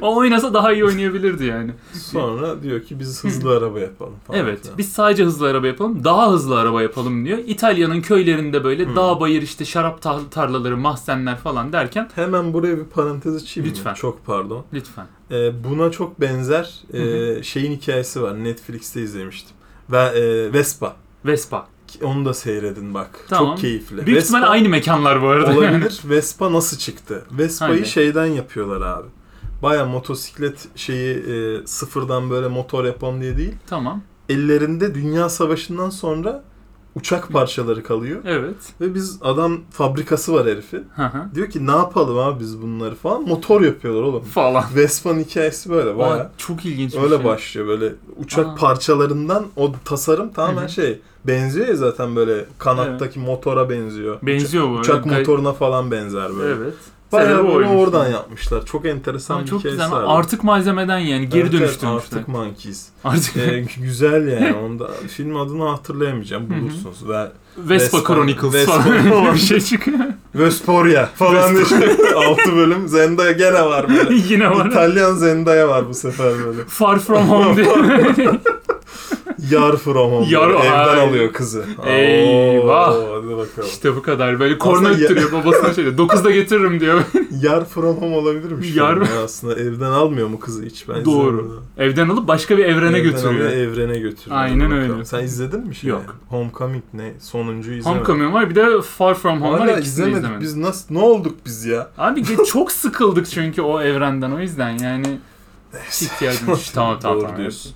Speaker 1: O oynasa daha iyi oynayabilirdi yani.
Speaker 2: Sonra diyor ki biz hızlı araba yapalım falan.
Speaker 1: evet.
Speaker 2: filan.
Speaker 1: Biz sadece hızlı araba yapalım. Daha hızlı araba yapalım diyor. İtalya'nın köylerinde böyle
Speaker 2: Hı.
Speaker 1: dağ bayır işte şarap tar- tarlaları, mahzenler falan derken
Speaker 2: Hemen buraya bir parantez açayım mı?
Speaker 1: Lütfen.
Speaker 2: Çok pardon.
Speaker 1: lütfen.
Speaker 2: E, buna çok benzer e,
Speaker 1: Hı
Speaker 2: şeyin hikayesi var. Netflix'te izlemiştim. Ve e, Vespa.
Speaker 1: Vespa.
Speaker 2: Ki- Onu da seyredin bak.
Speaker 1: Tamam.
Speaker 2: Çok keyifli.
Speaker 1: Büyük
Speaker 2: E, Vespa
Speaker 1: ihtimalle aynı mekanlar bu arada.
Speaker 2: olabilir. Vespa nasıl çıktı? Vespa'yı
Speaker 1: Aynen.
Speaker 2: şeyden yapıyorlar abi. Baya motosiklet şeyi e, sıfırdan böyle motor yapalım diye değil.
Speaker 1: tamam.
Speaker 2: Ellerinde Dünya Savaşı'ndan sonra uçak parçaları kalıyor.
Speaker 1: Evet.
Speaker 2: Ve biz adam fabrikası var herifin.
Speaker 1: Hı hı.
Speaker 2: Diyor ki ne yapalım abi biz bunları falan. Motor yapıyorlar oğlum.
Speaker 1: falan.
Speaker 2: Vespa'nın hikayesi böyle baya.
Speaker 1: Aa, çok ilginç bir
Speaker 2: Öyle
Speaker 1: şey.
Speaker 2: başlıyor böyle uçak
Speaker 1: Aa.
Speaker 2: parçalarından o tasarım tamamen
Speaker 1: Hı hı.
Speaker 2: şey benziyor ya zaten böyle kanattaki motora benziyor.
Speaker 1: Benziyor bu arada.
Speaker 2: Uçak
Speaker 1: Gay-
Speaker 2: motoruna falan benzer böyle.
Speaker 1: Evet.
Speaker 2: Bayağı
Speaker 1: Sebebi
Speaker 2: bunu
Speaker 1: oymuş.
Speaker 2: oradan yapmışlar. Çok enteresan
Speaker 1: Ama
Speaker 2: bir
Speaker 1: çok
Speaker 2: hikayesi
Speaker 1: güzel.
Speaker 2: var.
Speaker 1: Artık malzemeden yani geri
Speaker 2: şey Evet, evet,
Speaker 1: dönüştürmüşler.
Speaker 2: Artık Monkeys.
Speaker 1: Artık
Speaker 2: Ee, güzel yani. Onda film adını hatırlayamayacağım.
Speaker 1: Hı hı.
Speaker 2: Bulursunuz. Ve
Speaker 1: Vespa
Speaker 2: Vespa-
Speaker 1: Chronicles
Speaker 2: Vespa
Speaker 1: falan
Speaker 2: falan.
Speaker 1: bir şey çıkıyor.
Speaker 2: Vesporia falan
Speaker 1: Vespa-
Speaker 2: işte. 6 bölüm. Zendaya gene var böyle.
Speaker 1: Yine var.
Speaker 2: İtalyan Zendaya var bu sefer böyle.
Speaker 1: Far From Home diye.
Speaker 2: Yar from home.
Speaker 1: Yar-
Speaker 2: Evden
Speaker 1: Ay.
Speaker 2: alıyor kızı.
Speaker 1: Eyvah.
Speaker 2: Oo, Hadi bakalım.
Speaker 1: işte bu kadar. Böyle korna
Speaker 2: Aslında ya-
Speaker 1: öttürüyor babasına şöyle. 9'da getiririm diyor.
Speaker 2: Yar from home olabilirmiş.
Speaker 1: Yar-
Speaker 2: yani aslında evden almıyor mu kızı hiç bence.
Speaker 1: Doğru. Evden alıp başka bir evrene
Speaker 2: Evden alıyor,
Speaker 1: götürüyor.
Speaker 2: evrene götürüyor.
Speaker 1: Aynen
Speaker 2: Hadi
Speaker 1: öyle.
Speaker 2: bakalım. Sen izledin mi şimdi?
Speaker 1: Yok.
Speaker 2: Homecoming ne? Sonuncuyu izlemedim.
Speaker 1: Homecoming var bir de Far From Home var
Speaker 2: Hala
Speaker 1: ikisini de
Speaker 2: izlemedik.
Speaker 1: izlemedim.
Speaker 2: Biz nasıl ne olduk biz ya?
Speaker 1: Abi ge- çok sıkıldık çünkü o evrenden o yüzden yani hiç ihtiyacımız yok. tamam tamam
Speaker 2: Doğru
Speaker 1: tamam.
Speaker 2: diyorsun.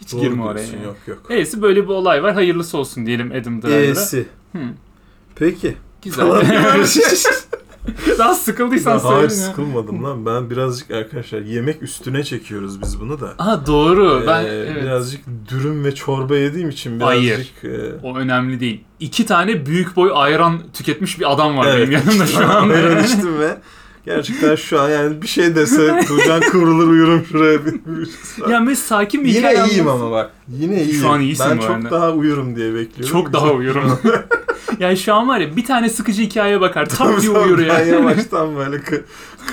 Speaker 1: Hiç
Speaker 2: Doğru
Speaker 1: girme oraya.
Speaker 2: diyorsun.
Speaker 1: yani.
Speaker 2: Yok yok.
Speaker 1: Neyse böyle bir olay var. Hayırlısı olsun diyelim Adam Driver'a.
Speaker 2: E'si.
Speaker 1: Hı,
Speaker 2: Peki. Falan
Speaker 1: güzel. Daha sıkıldıysan
Speaker 2: Hayır
Speaker 1: söyle. ya.
Speaker 2: sıkılmadım lan. Ben birazcık arkadaşlar yemek üstüne çekiyoruz biz bunu da.
Speaker 1: Aa doğru. Ben
Speaker 2: Ee,
Speaker 1: evet.
Speaker 2: birazcık dürüm ve çorba yediğim için
Speaker 1: Hayır.
Speaker 2: birazcık e,
Speaker 1: O önemli değil. İki tane büyük boy ayran tüketmiş bir adam var
Speaker 2: Evet.
Speaker 1: benim yanımda şu an.
Speaker 2: ayran içtim ve gerçekten şu an yani bir şey dese Tuğcan kıvrılır uyurum şuraya bir, bir saat.
Speaker 1: ya mesela sakin bir hikaye
Speaker 2: Yine iyiyim
Speaker 1: anlatsın.
Speaker 2: ama bak. Yine iyiyim.
Speaker 1: an iyisin
Speaker 2: ben
Speaker 1: bu
Speaker 2: çok
Speaker 1: arada.
Speaker 2: daha uyurum diye bekliyorum.
Speaker 1: Çok daha uyurum. yani şu an var ya bir tane sıkıcı hikayeye bakar. Tak diye
Speaker 2: Tabii
Speaker 1: uyur
Speaker 2: Ben
Speaker 1: ya.
Speaker 2: yavaştan böyle kı-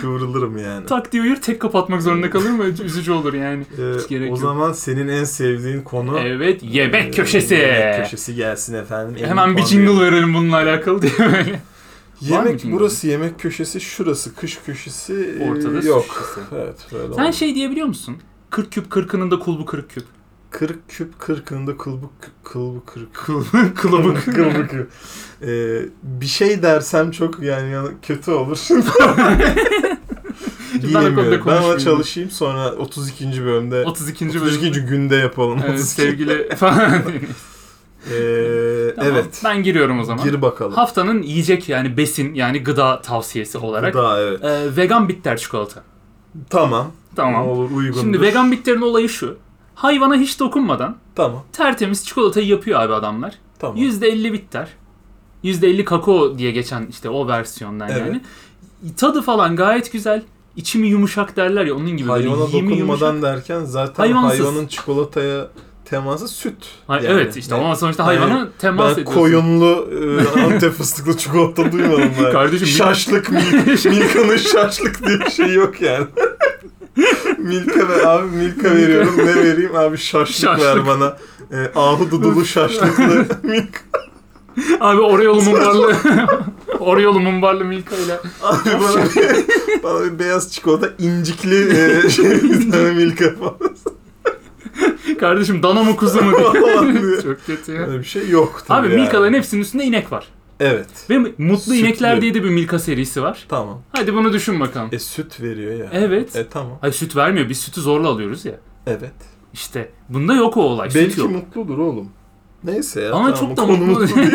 Speaker 2: kıvrılırım yani.
Speaker 1: tak diye uyur tek kapatmak zorunda kalır mı? Üzücü olur yani.
Speaker 2: Ee,
Speaker 1: hiç gerek
Speaker 2: o
Speaker 1: yok.
Speaker 2: zaman senin en sevdiğin konu
Speaker 1: Evet yemek
Speaker 2: Ee,
Speaker 1: köşesi. E,
Speaker 2: Yemek köşesi gelsin efendim. Elini
Speaker 1: Hemen bir
Speaker 2: puan
Speaker 1: jingle
Speaker 2: verelim.
Speaker 1: verelim bununla alakalı diye böyle. Var mı
Speaker 2: Yemek
Speaker 1: jingle?
Speaker 2: burası yemek köşesi, şurası kış köşesi. ee,
Speaker 1: Ortada su
Speaker 2: yok.
Speaker 1: şişesi.
Speaker 2: Evet böyle
Speaker 1: Sen
Speaker 2: oldu.
Speaker 1: şey diyebiliyor musun? 40 küp 40'ının da kulbu 40 küp.
Speaker 2: 40 küp 40'ında kılbık kılbık kırk.
Speaker 1: Kılıbık.
Speaker 2: kılbık. kırk. Ee, bir şey dersem çok yani yana- kötü olur. Bilemiyorum. Ben ona
Speaker 1: konuşmayayım.
Speaker 2: çalışayım sonra 32. bölümde
Speaker 1: 32. bölüm.
Speaker 2: 32. günde yapalım.
Speaker 1: Evet,
Speaker 2: 32.
Speaker 1: sevgili falan.
Speaker 2: Ee,
Speaker 1: Tamam,
Speaker 2: evet.
Speaker 1: Ben giriyorum o zaman.
Speaker 2: Gir bakalım.
Speaker 1: Haftanın yiyecek yani besin yani gıda tavsiyesi olarak
Speaker 2: Daha evet.
Speaker 1: e, vegan bitter çikolata.
Speaker 2: Tamam.
Speaker 1: Tamam.
Speaker 2: Olur uygundur.
Speaker 1: Şimdi vegan bitterin olayı şu. Hayvana hiç dokunmadan
Speaker 2: Tamam.
Speaker 1: tertemiz çikolatayı yapıyor abi adamlar.
Speaker 2: Tamam.
Speaker 1: %50 bitter. %50 kakao diye geçen işte o versiyondan
Speaker 2: Evet.
Speaker 1: yani. Tadı falan gayet güzel. İçimi yumuşak derler ya onun gibi. böyle
Speaker 2: Hayvana
Speaker 1: yemi
Speaker 2: dokunmadan
Speaker 1: yumuşak.
Speaker 2: derken zaten
Speaker 1: Hayvansız.
Speaker 2: hayvanın çikolataya teması süt.
Speaker 1: Hay-
Speaker 2: Yani.
Speaker 1: evet işte
Speaker 2: Yani
Speaker 1: ama sonuçta
Speaker 2: Yani
Speaker 1: hayvana temas
Speaker 2: ben
Speaker 1: ediyorsun.
Speaker 2: koyunlu e, antep fıstıklı çikolata duymadım ben.
Speaker 1: Kardeşim, Mil-
Speaker 2: şaşlık Mil- Milka'nın şaşlık diye bir şey yok yani. Milka ve abi Milka veriyorum ne vereyim abi şaşlık,
Speaker 1: Şaşlık.
Speaker 2: ver bana. E, ahududulu şaşlıklı Milka.
Speaker 1: Abi Oreo'lu mumbarlı. Oreo'lu mumbarlı Milka ile.
Speaker 2: Abi bana bir, bana bir beyaz çikolata incikli e, şey bir tane Milka falan.
Speaker 1: Kardeşim dana mı kuzu mu
Speaker 2: Falan
Speaker 1: diye.
Speaker 2: diyor.
Speaker 1: Çok kötü ya.
Speaker 2: Öyle bir şey yok tabii
Speaker 1: Abi
Speaker 2: yani.
Speaker 1: Milka'ların hepsinin üstünde inek var.
Speaker 2: Evet.
Speaker 1: Ve Mutlu
Speaker 2: Sütlü.
Speaker 1: İnekler diye de bir Milka serisi var.
Speaker 2: Tamam.
Speaker 1: Hadi bunu düşün bakalım.
Speaker 2: E süt veriyor ya.
Speaker 1: Evet.
Speaker 2: E tamam.
Speaker 1: Hayır süt vermiyor. Biz sütü zorla alıyoruz ya.
Speaker 2: Evet.
Speaker 1: İşte bunda yok o olay. E, süt
Speaker 2: Belki
Speaker 1: yok.
Speaker 2: mutludur oğlum. Neyse ya.
Speaker 1: Ama
Speaker 2: tamam,
Speaker 1: çok
Speaker 2: bu
Speaker 1: da
Speaker 2: konu
Speaker 1: mutlu.
Speaker 2: mutlu değil.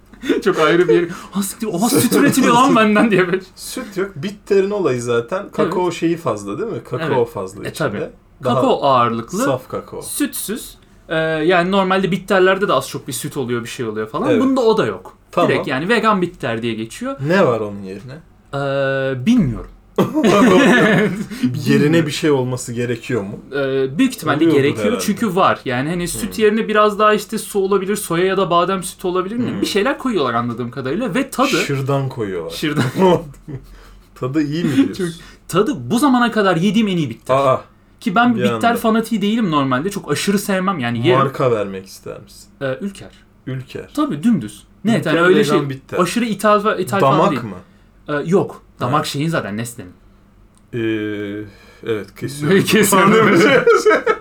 Speaker 1: çok ayrı bir yeri. Ha siktir. Oha süt üretiliyor lan benden diye böyle.
Speaker 2: süt yok. Bitterin olayı zaten. Kakao şeyi fazla değil mi? Kakao fazla
Speaker 1: E,
Speaker 2: içinde.
Speaker 1: tabii.
Speaker 2: Daha
Speaker 1: Kakao ağırlıklı.
Speaker 2: Saf kakao.
Speaker 1: Sütsüz. Ee, yani normalde bitterlerde de az çok bir süt oluyor bir şey oluyor falan.
Speaker 2: Evet.
Speaker 1: Bunda o da yok.
Speaker 2: Tamam.
Speaker 1: Direkt yani vegan bitter diye geçiyor.
Speaker 2: Ne var onun yerine?
Speaker 1: Ee, bilmiyorum.
Speaker 2: yerine bir şey olması gerekiyor mu?
Speaker 1: Ee, büyük ihtimalle
Speaker 2: Oluyordur
Speaker 1: gerekiyor
Speaker 2: herhalde. Hmm.
Speaker 1: çünkü var. Yani hani süt yerine biraz daha işte su olabilir, soya ya da badem sütü olabilir mi?
Speaker 2: Hmm.
Speaker 1: Bir şeyler koyuyorlar anladığım kadarıyla ve tadı
Speaker 2: Şırdan koyuyorlar.
Speaker 1: şırdan
Speaker 2: Tadı iyi mi diyorsun?
Speaker 1: tadı bu zamana kadar yediğim en iyi bitter.
Speaker 2: Aa,
Speaker 1: Ki ben
Speaker 2: Bir
Speaker 1: bitter
Speaker 2: anda.
Speaker 1: fanatiği değilim normalde. Çok aşırı sevmem yani yerim.
Speaker 2: marka vermek ister misin?
Speaker 1: Ee, ülker.
Speaker 2: Ülker.
Speaker 1: Tabii dümdüz. Net
Speaker 2: Ülker
Speaker 1: yani öyle
Speaker 2: vegan
Speaker 1: şey.
Speaker 2: bitter.
Speaker 1: Aşırı ithal, ithal falan değil.
Speaker 2: Damak mı?
Speaker 1: Ee, yok. Damak
Speaker 2: Ha.
Speaker 1: şeyin zaten Nesne'nin.
Speaker 2: Ee, evet kesiyorum.
Speaker 1: Kesiyorum.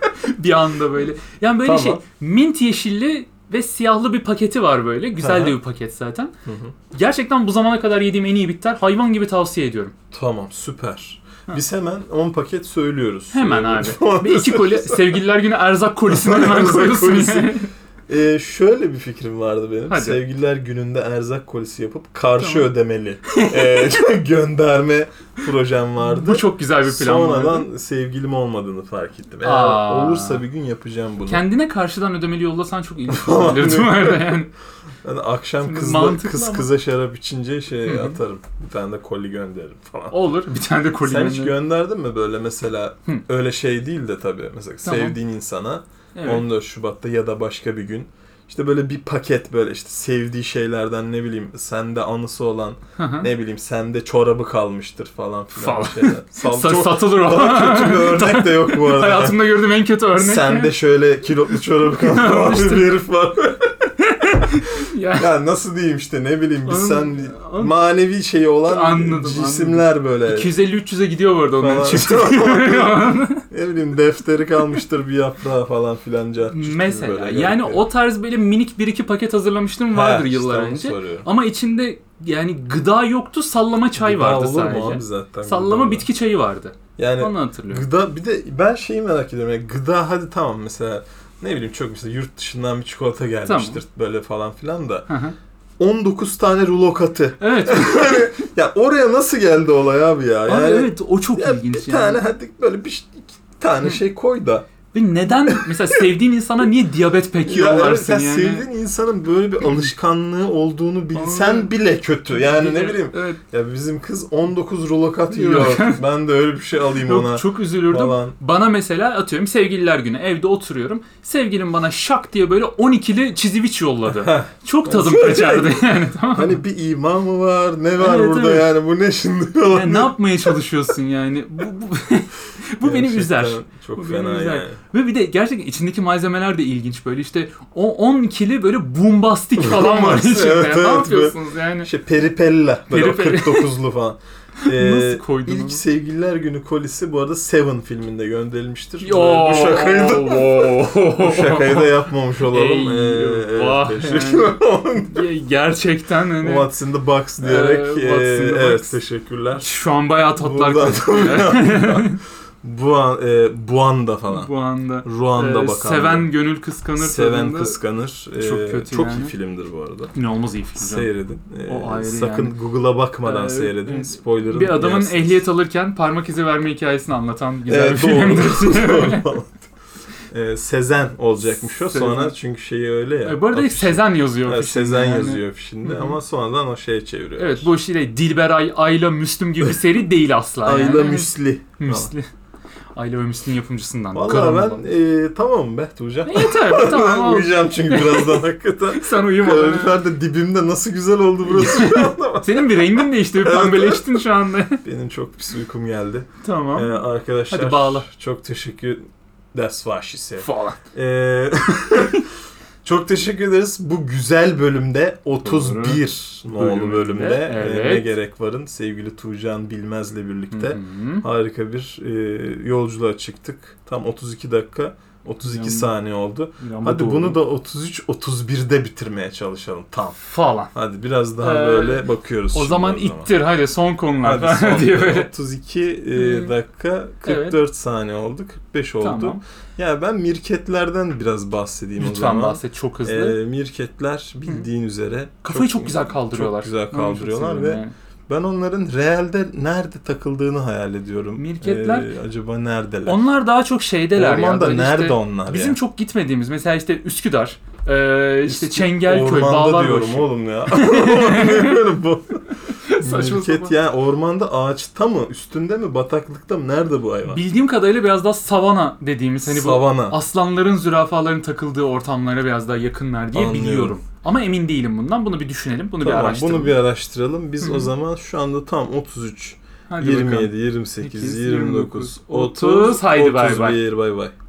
Speaker 1: bir anda böyle. Yani böyle
Speaker 2: Tamam.
Speaker 1: şey mint yeşilli ve siyahlı bir paketi var böyle. Güzel
Speaker 2: Aha.
Speaker 1: de bir paket zaten.
Speaker 2: Hı hı.
Speaker 1: Gerçekten bu zamana kadar yediğim en iyi bitter. Hayvan gibi tavsiye ediyorum.
Speaker 2: Tamam süper. Biz hemen 10 paket söylüyoruz.
Speaker 1: Hemen
Speaker 2: Ee,
Speaker 1: abi.
Speaker 2: falan.
Speaker 1: Bir iki koli sevgililer günü erzak kolisine hemen
Speaker 2: Erzak
Speaker 1: koyuyorsun.
Speaker 2: kolisi.
Speaker 1: yani.
Speaker 2: Ee, şöyle bir fikrim vardı benim.
Speaker 1: Hadi.
Speaker 2: Sevgililer gününde erzak kolisi yapıp karşı
Speaker 1: Tamam.
Speaker 2: ödemeli ee, gönderme projem vardı.
Speaker 1: bu çok güzel bir plan. bu arada.
Speaker 2: Sonradan sevgilim olmadığını fark ettim. Eğer
Speaker 1: Aa.
Speaker 2: olursa bir gün yapacağım bunu.
Speaker 1: Kendine karşıdan ödemeli yollasan çok ilginç olabilir bu arada yani.
Speaker 2: Ben akşam
Speaker 1: Şimdi
Speaker 2: kızla,
Speaker 1: mantıklı
Speaker 2: kız
Speaker 1: ama-
Speaker 2: kıza şarap içince şey
Speaker 1: Hı hı.
Speaker 2: atarım. Bir tane de koli gönderirim falan.
Speaker 1: Olur. Bir tane de koli
Speaker 2: Sen hiç
Speaker 1: gönder.
Speaker 2: gönderdin mi böyle mesela
Speaker 1: Hı.
Speaker 2: öyle şey değil de tabii mesela
Speaker 1: Tamam.
Speaker 2: sevdiğin insana
Speaker 1: Evet.
Speaker 2: 14 Şubat'ta ya da başka bir gün işte böyle bir paket böyle işte sevdiği şeylerden ne bileyim sende anısı olan
Speaker 1: Hı hı.
Speaker 2: ne bileyim sende çorabı kalmıştır falan filan
Speaker 1: Falan.
Speaker 2: şeyler. Sal,
Speaker 1: Sa-
Speaker 2: çok,
Speaker 1: satılır o.
Speaker 2: daha kötü bir örnek de yok bu arada.
Speaker 1: Hayatımda gördüğüm en kötü örnek.
Speaker 2: Sende şöyle kilotlu çorabı kalmış
Speaker 1: İşte.
Speaker 2: bir herif var.
Speaker 1: Ya,
Speaker 2: ya nasıl diyeyim işte ne bileyim biz
Speaker 1: Onun-
Speaker 2: sen
Speaker 1: onun-
Speaker 2: manevi şeyi olan
Speaker 1: Anladım,
Speaker 2: cisimler böyle.
Speaker 1: 250-300'e gidiyor bu arada onların
Speaker 2: Falan.
Speaker 1: çifti.
Speaker 2: Ne bileyim defteri kalmıştır bir yaprağı falan filanca.
Speaker 1: Mesela yani o tarz böyle minik bir iki paket hazırlamıştım vardır yıllar önce. Ama içinde yani gıda yoktu, sallama çay vardı
Speaker 2: olur mu abi
Speaker 1: sadece.
Speaker 2: zaten?
Speaker 1: Sallama
Speaker 2: gıda?
Speaker 1: bitki çayı vardı.
Speaker 2: Yani
Speaker 1: Onu hatırlıyorum.
Speaker 2: gıda bir de ben şeyi merak ediyorum. Yani gıda hadi tamam mesela ne bileyim çok mesela yurt dışından bir çikolata gelmiştir böyle falan filan da.
Speaker 1: Hı hı.
Speaker 2: 19 tane rulo katı.
Speaker 1: evet.
Speaker 2: Ya oraya nasıl geldi olay abi ya?
Speaker 1: Abi
Speaker 2: Yani
Speaker 1: evet o çok
Speaker 2: ya bir
Speaker 1: ilginç yani.
Speaker 2: tane hadi böyle bir iki tane
Speaker 1: Hı.
Speaker 2: şey koy da.
Speaker 1: Ve neden mesela sevdiğin insana niye diyabet peki
Speaker 2: Ya evet,
Speaker 1: yollarsın
Speaker 2: sen
Speaker 1: yani?
Speaker 2: sevdiğin insanın böyle bir alışkanlığı olduğunu
Speaker 1: Aa.
Speaker 2: bilsen bile kötü. Yani ne
Speaker 1: Evet,
Speaker 2: bileyim
Speaker 1: Evet.
Speaker 2: Ya bizim kız 19
Speaker 1: Yok.
Speaker 2: rulokat yiyor. ben de öyle bir şey alayım
Speaker 1: Yok,
Speaker 2: ona.
Speaker 1: çok üzülürdüm.
Speaker 2: Falan.
Speaker 1: Bana mesela atıyorum sevgililer günü evde oturuyorum. Sevgilim bana şak diye böyle 12'li çiziviç yolladı. Çok tadım kaçardı yani tamam mı?
Speaker 2: Hani bir ima mı var? Ne var
Speaker 1: Evet,
Speaker 2: burada
Speaker 1: evet.
Speaker 2: yani? Bu ne şimdi falan.
Speaker 1: Yani ne yapmaya çalışıyorsun yani? Bu, bu, bu beni
Speaker 2: Gerçekten
Speaker 1: üzer.
Speaker 2: Çok
Speaker 1: Bu beni
Speaker 2: fena
Speaker 1: üzer.
Speaker 2: yani.
Speaker 1: Ve bir de gerçekten içindeki malzemeler de ilginç böyle işte o 10 kili böyle bombastik falan var
Speaker 2: Bombastik,
Speaker 1: içinde.
Speaker 2: evet,
Speaker 1: ne
Speaker 2: evet.
Speaker 1: yapıyorsunuz yani?
Speaker 2: Şey peripella. Böyle o
Speaker 1: Peripella.
Speaker 2: 49'lu falan. Ee,
Speaker 1: Nasıl koydun
Speaker 2: İlk
Speaker 1: onu?
Speaker 2: Sevgililer Günü kolisi bu arada Seven filminde gönderilmiştir.
Speaker 1: Yo,
Speaker 2: Bu şakayı da, bu şakayı da yapmamış olalım.
Speaker 1: Ey,
Speaker 2: Ee, evet,
Speaker 1: vah
Speaker 2: teşekkür
Speaker 1: Ge- Gerçekten hani
Speaker 2: What's in the box diyerek.
Speaker 1: Ee, what's in the
Speaker 2: ee, evet
Speaker 1: box.
Speaker 2: teşekkürler.
Speaker 1: şu an bayağı tatlar
Speaker 2: Buradan-
Speaker 1: kaçıyor.
Speaker 2: Bu an, e, bu anda falan.
Speaker 1: bu anda.
Speaker 2: Ruanda
Speaker 1: Ee,
Speaker 2: bakan.
Speaker 1: seven gönül kıskanır.
Speaker 2: Seven
Speaker 1: tadında.
Speaker 2: kıskanır. Ee,
Speaker 1: Çok kötü
Speaker 2: çok
Speaker 1: yani.
Speaker 2: iyi filmdir bu arada.
Speaker 1: İnanılmaz iyi film. canım.
Speaker 2: Seyredin. Ee,
Speaker 1: O ayrı
Speaker 2: sakın
Speaker 1: yani.
Speaker 2: Google'a bakmadan
Speaker 1: Ee,
Speaker 2: seyredin.
Speaker 1: e,
Speaker 2: Spoiler'ın
Speaker 1: Bir adamın
Speaker 2: yersiniz.
Speaker 1: ehliyet alırken parmak izi verme hikayesini anlatan güzel bir
Speaker 2: Evet, doğru.
Speaker 1: filmdir.
Speaker 2: Doğru falan. Ee, Sezen olacakmış o.
Speaker 1: Sezen.
Speaker 2: Sonra çünkü şeyi öyle ya.
Speaker 1: Ee, Bu arada ilk
Speaker 2: afiş-
Speaker 1: Sezen yazıyor.
Speaker 2: Evet,
Speaker 1: afişinde
Speaker 2: Sezen
Speaker 1: yani.
Speaker 2: yazıyor şimdi
Speaker 1: Hı hı.
Speaker 2: ama sonradan o şeye çeviriyor.
Speaker 1: Evet bu işte Dilberay, Ayla, Müslüm gibi bir seri değil asla. yani.
Speaker 2: Ayla Müsli.
Speaker 1: Müsli. Ayla ve Müslü'nün yapımcısından.
Speaker 2: Valla
Speaker 1: Karaman'dan.
Speaker 2: ben e, tamam be Tuğcan.
Speaker 1: E, yeter tamam
Speaker 2: ben
Speaker 1: al.
Speaker 2: uyuyacağım çünkü birazdan hakikaten.
Speaker 1: Sen uyuma.
Speaker 2: Kalorifer de dibimde nasıl güzel oldu burası.
Speaker 1: Senin bir rengin değişti. Bir
Speaker 2: Evet.
Speaker 1: pembeleştin şu anda.
Speaker 2: Benim çok pis uykum geldi.
Speaker 1: tamam.
Speaker 2: Ee, arkadaşlar
Speaker 1: Hadi bağla.
Speaker 2: çok teşekkür That's what she said.
Speaker 1: Falan.
Speaker 2: Ee, çok teşekkür ederiz. Bu güzel bölümde 31
Speaker 1: Bölümde,
Speaker 2: nolu bölümde
Speaker 1: evet.
Speaker 2: e, ne gerek varın sevgili Tuğcan Bilmez'le birlikte
Speaker 1: Hı-hı.
Speaker 2: harika bir e, yolculuğa çıktık. Tam 32 dakika 32
Speaker 1: Yani-
Speaker 2: saniye oldu.
Speaker 1: Ama
Speaker 2: Hadi
Speaker 1: doğru.
Speaker 2: bunu da 33 31'de bitirmeye çalışalım tam.
Speaker 1: falan.
Speaker 2: Hadi biraz daha
Speaker 1: Ee,
Speaker 2: böyle bakıyoruz.
Speaker 1: O
Speaker 2: şimdi
Speaker 1: zaman ittir hadi son konular
Speaker 2: Hadi
Speaker 1: falan
Speaker 2: son
Speaker 1: diye
Speaker 2: böyle
Speaker 1: böyle.
Speaker 2: 32 e,
Speaker 1: Hı.
Speaker 2: dakika 44 saniye oldu 45 oldu.
Speaker 1: Hmm. Tamam.
Speaker 2: Ya ben mirketlerden biraz bahsedeyim o
Speaker 1: Lütfen
Speaker 2: zaman.
Speaker 1: bahset çok hızlı.
Speaker 2: Ee, mirketler bildiğin üzere
Speaker 1: Kafayı çok, güzel kaldırıyorlar.
Speaker 2: Çok güzel
Speaker 1: Onu çok
Speaker 2: kaldırıyorlar ve
Speaker 1: seviyorum yani.
Speaker 2: ben onların realde nerede takıldığını hayal ediyorum.
Speaker 1: Mirketler-
Speaker 2: Ee, acaba neredeler?
Speaker 1: Onlar daha çok şeydeler ya.
Speaker 2: Ormanda
Speaker 1: böyle
Speaker 2: nerede
Speaker 1: işte-
Speaker 2: onlar?
Speaker 1: Bizim
Speaker 2: ya?
Speaker 1: çok gitmediğimiz mesela işte Üsküdar, e, işte
Speaker 2: İşte
Speaker 1: Çengelköy,
Speaker 2: Ormanda diyorum
Speaker 1: Bağlarbaşı.
Speaker 2: oğlum ya. Ne böyle bu?
Speaker 1: Saçma
Speaker 2: Mirket
Speaker 1: sapan.
Speaker 2: ya ormanda ağaçta mı, üstünde mi, bataklıkta mı? Nerede bu hayvan?
Speaker 1: Bildiğim kadarıyla biraz daha savana dediğimiz hani bu
Speaker 2: Savana.
Speaker 1: aslanların, zürafaların takıldığı ortamlara biraz daha yakınlar diye
Speaker 2: Anlıyorum.
Speaker 1: biliyorum. Ama emin değilim bundan. Bunu bir düşünelim. Bunu bir
Speaker 2: Tamam,
Speaker 1: araştıralım.
Speaker 2: bunu bir araştıralım. Biz
Speaker 1: Hı.
Speaker 2: o zaman şu anda tam 33
Speaker 1: Hadi bakalım.
Speaker 2: 27, 28, 29,
Speaker 1: 30.
Speaker 2: 30.
Speaker 1: Haydi bay bay.
Speaker 2: 31, Bay bay.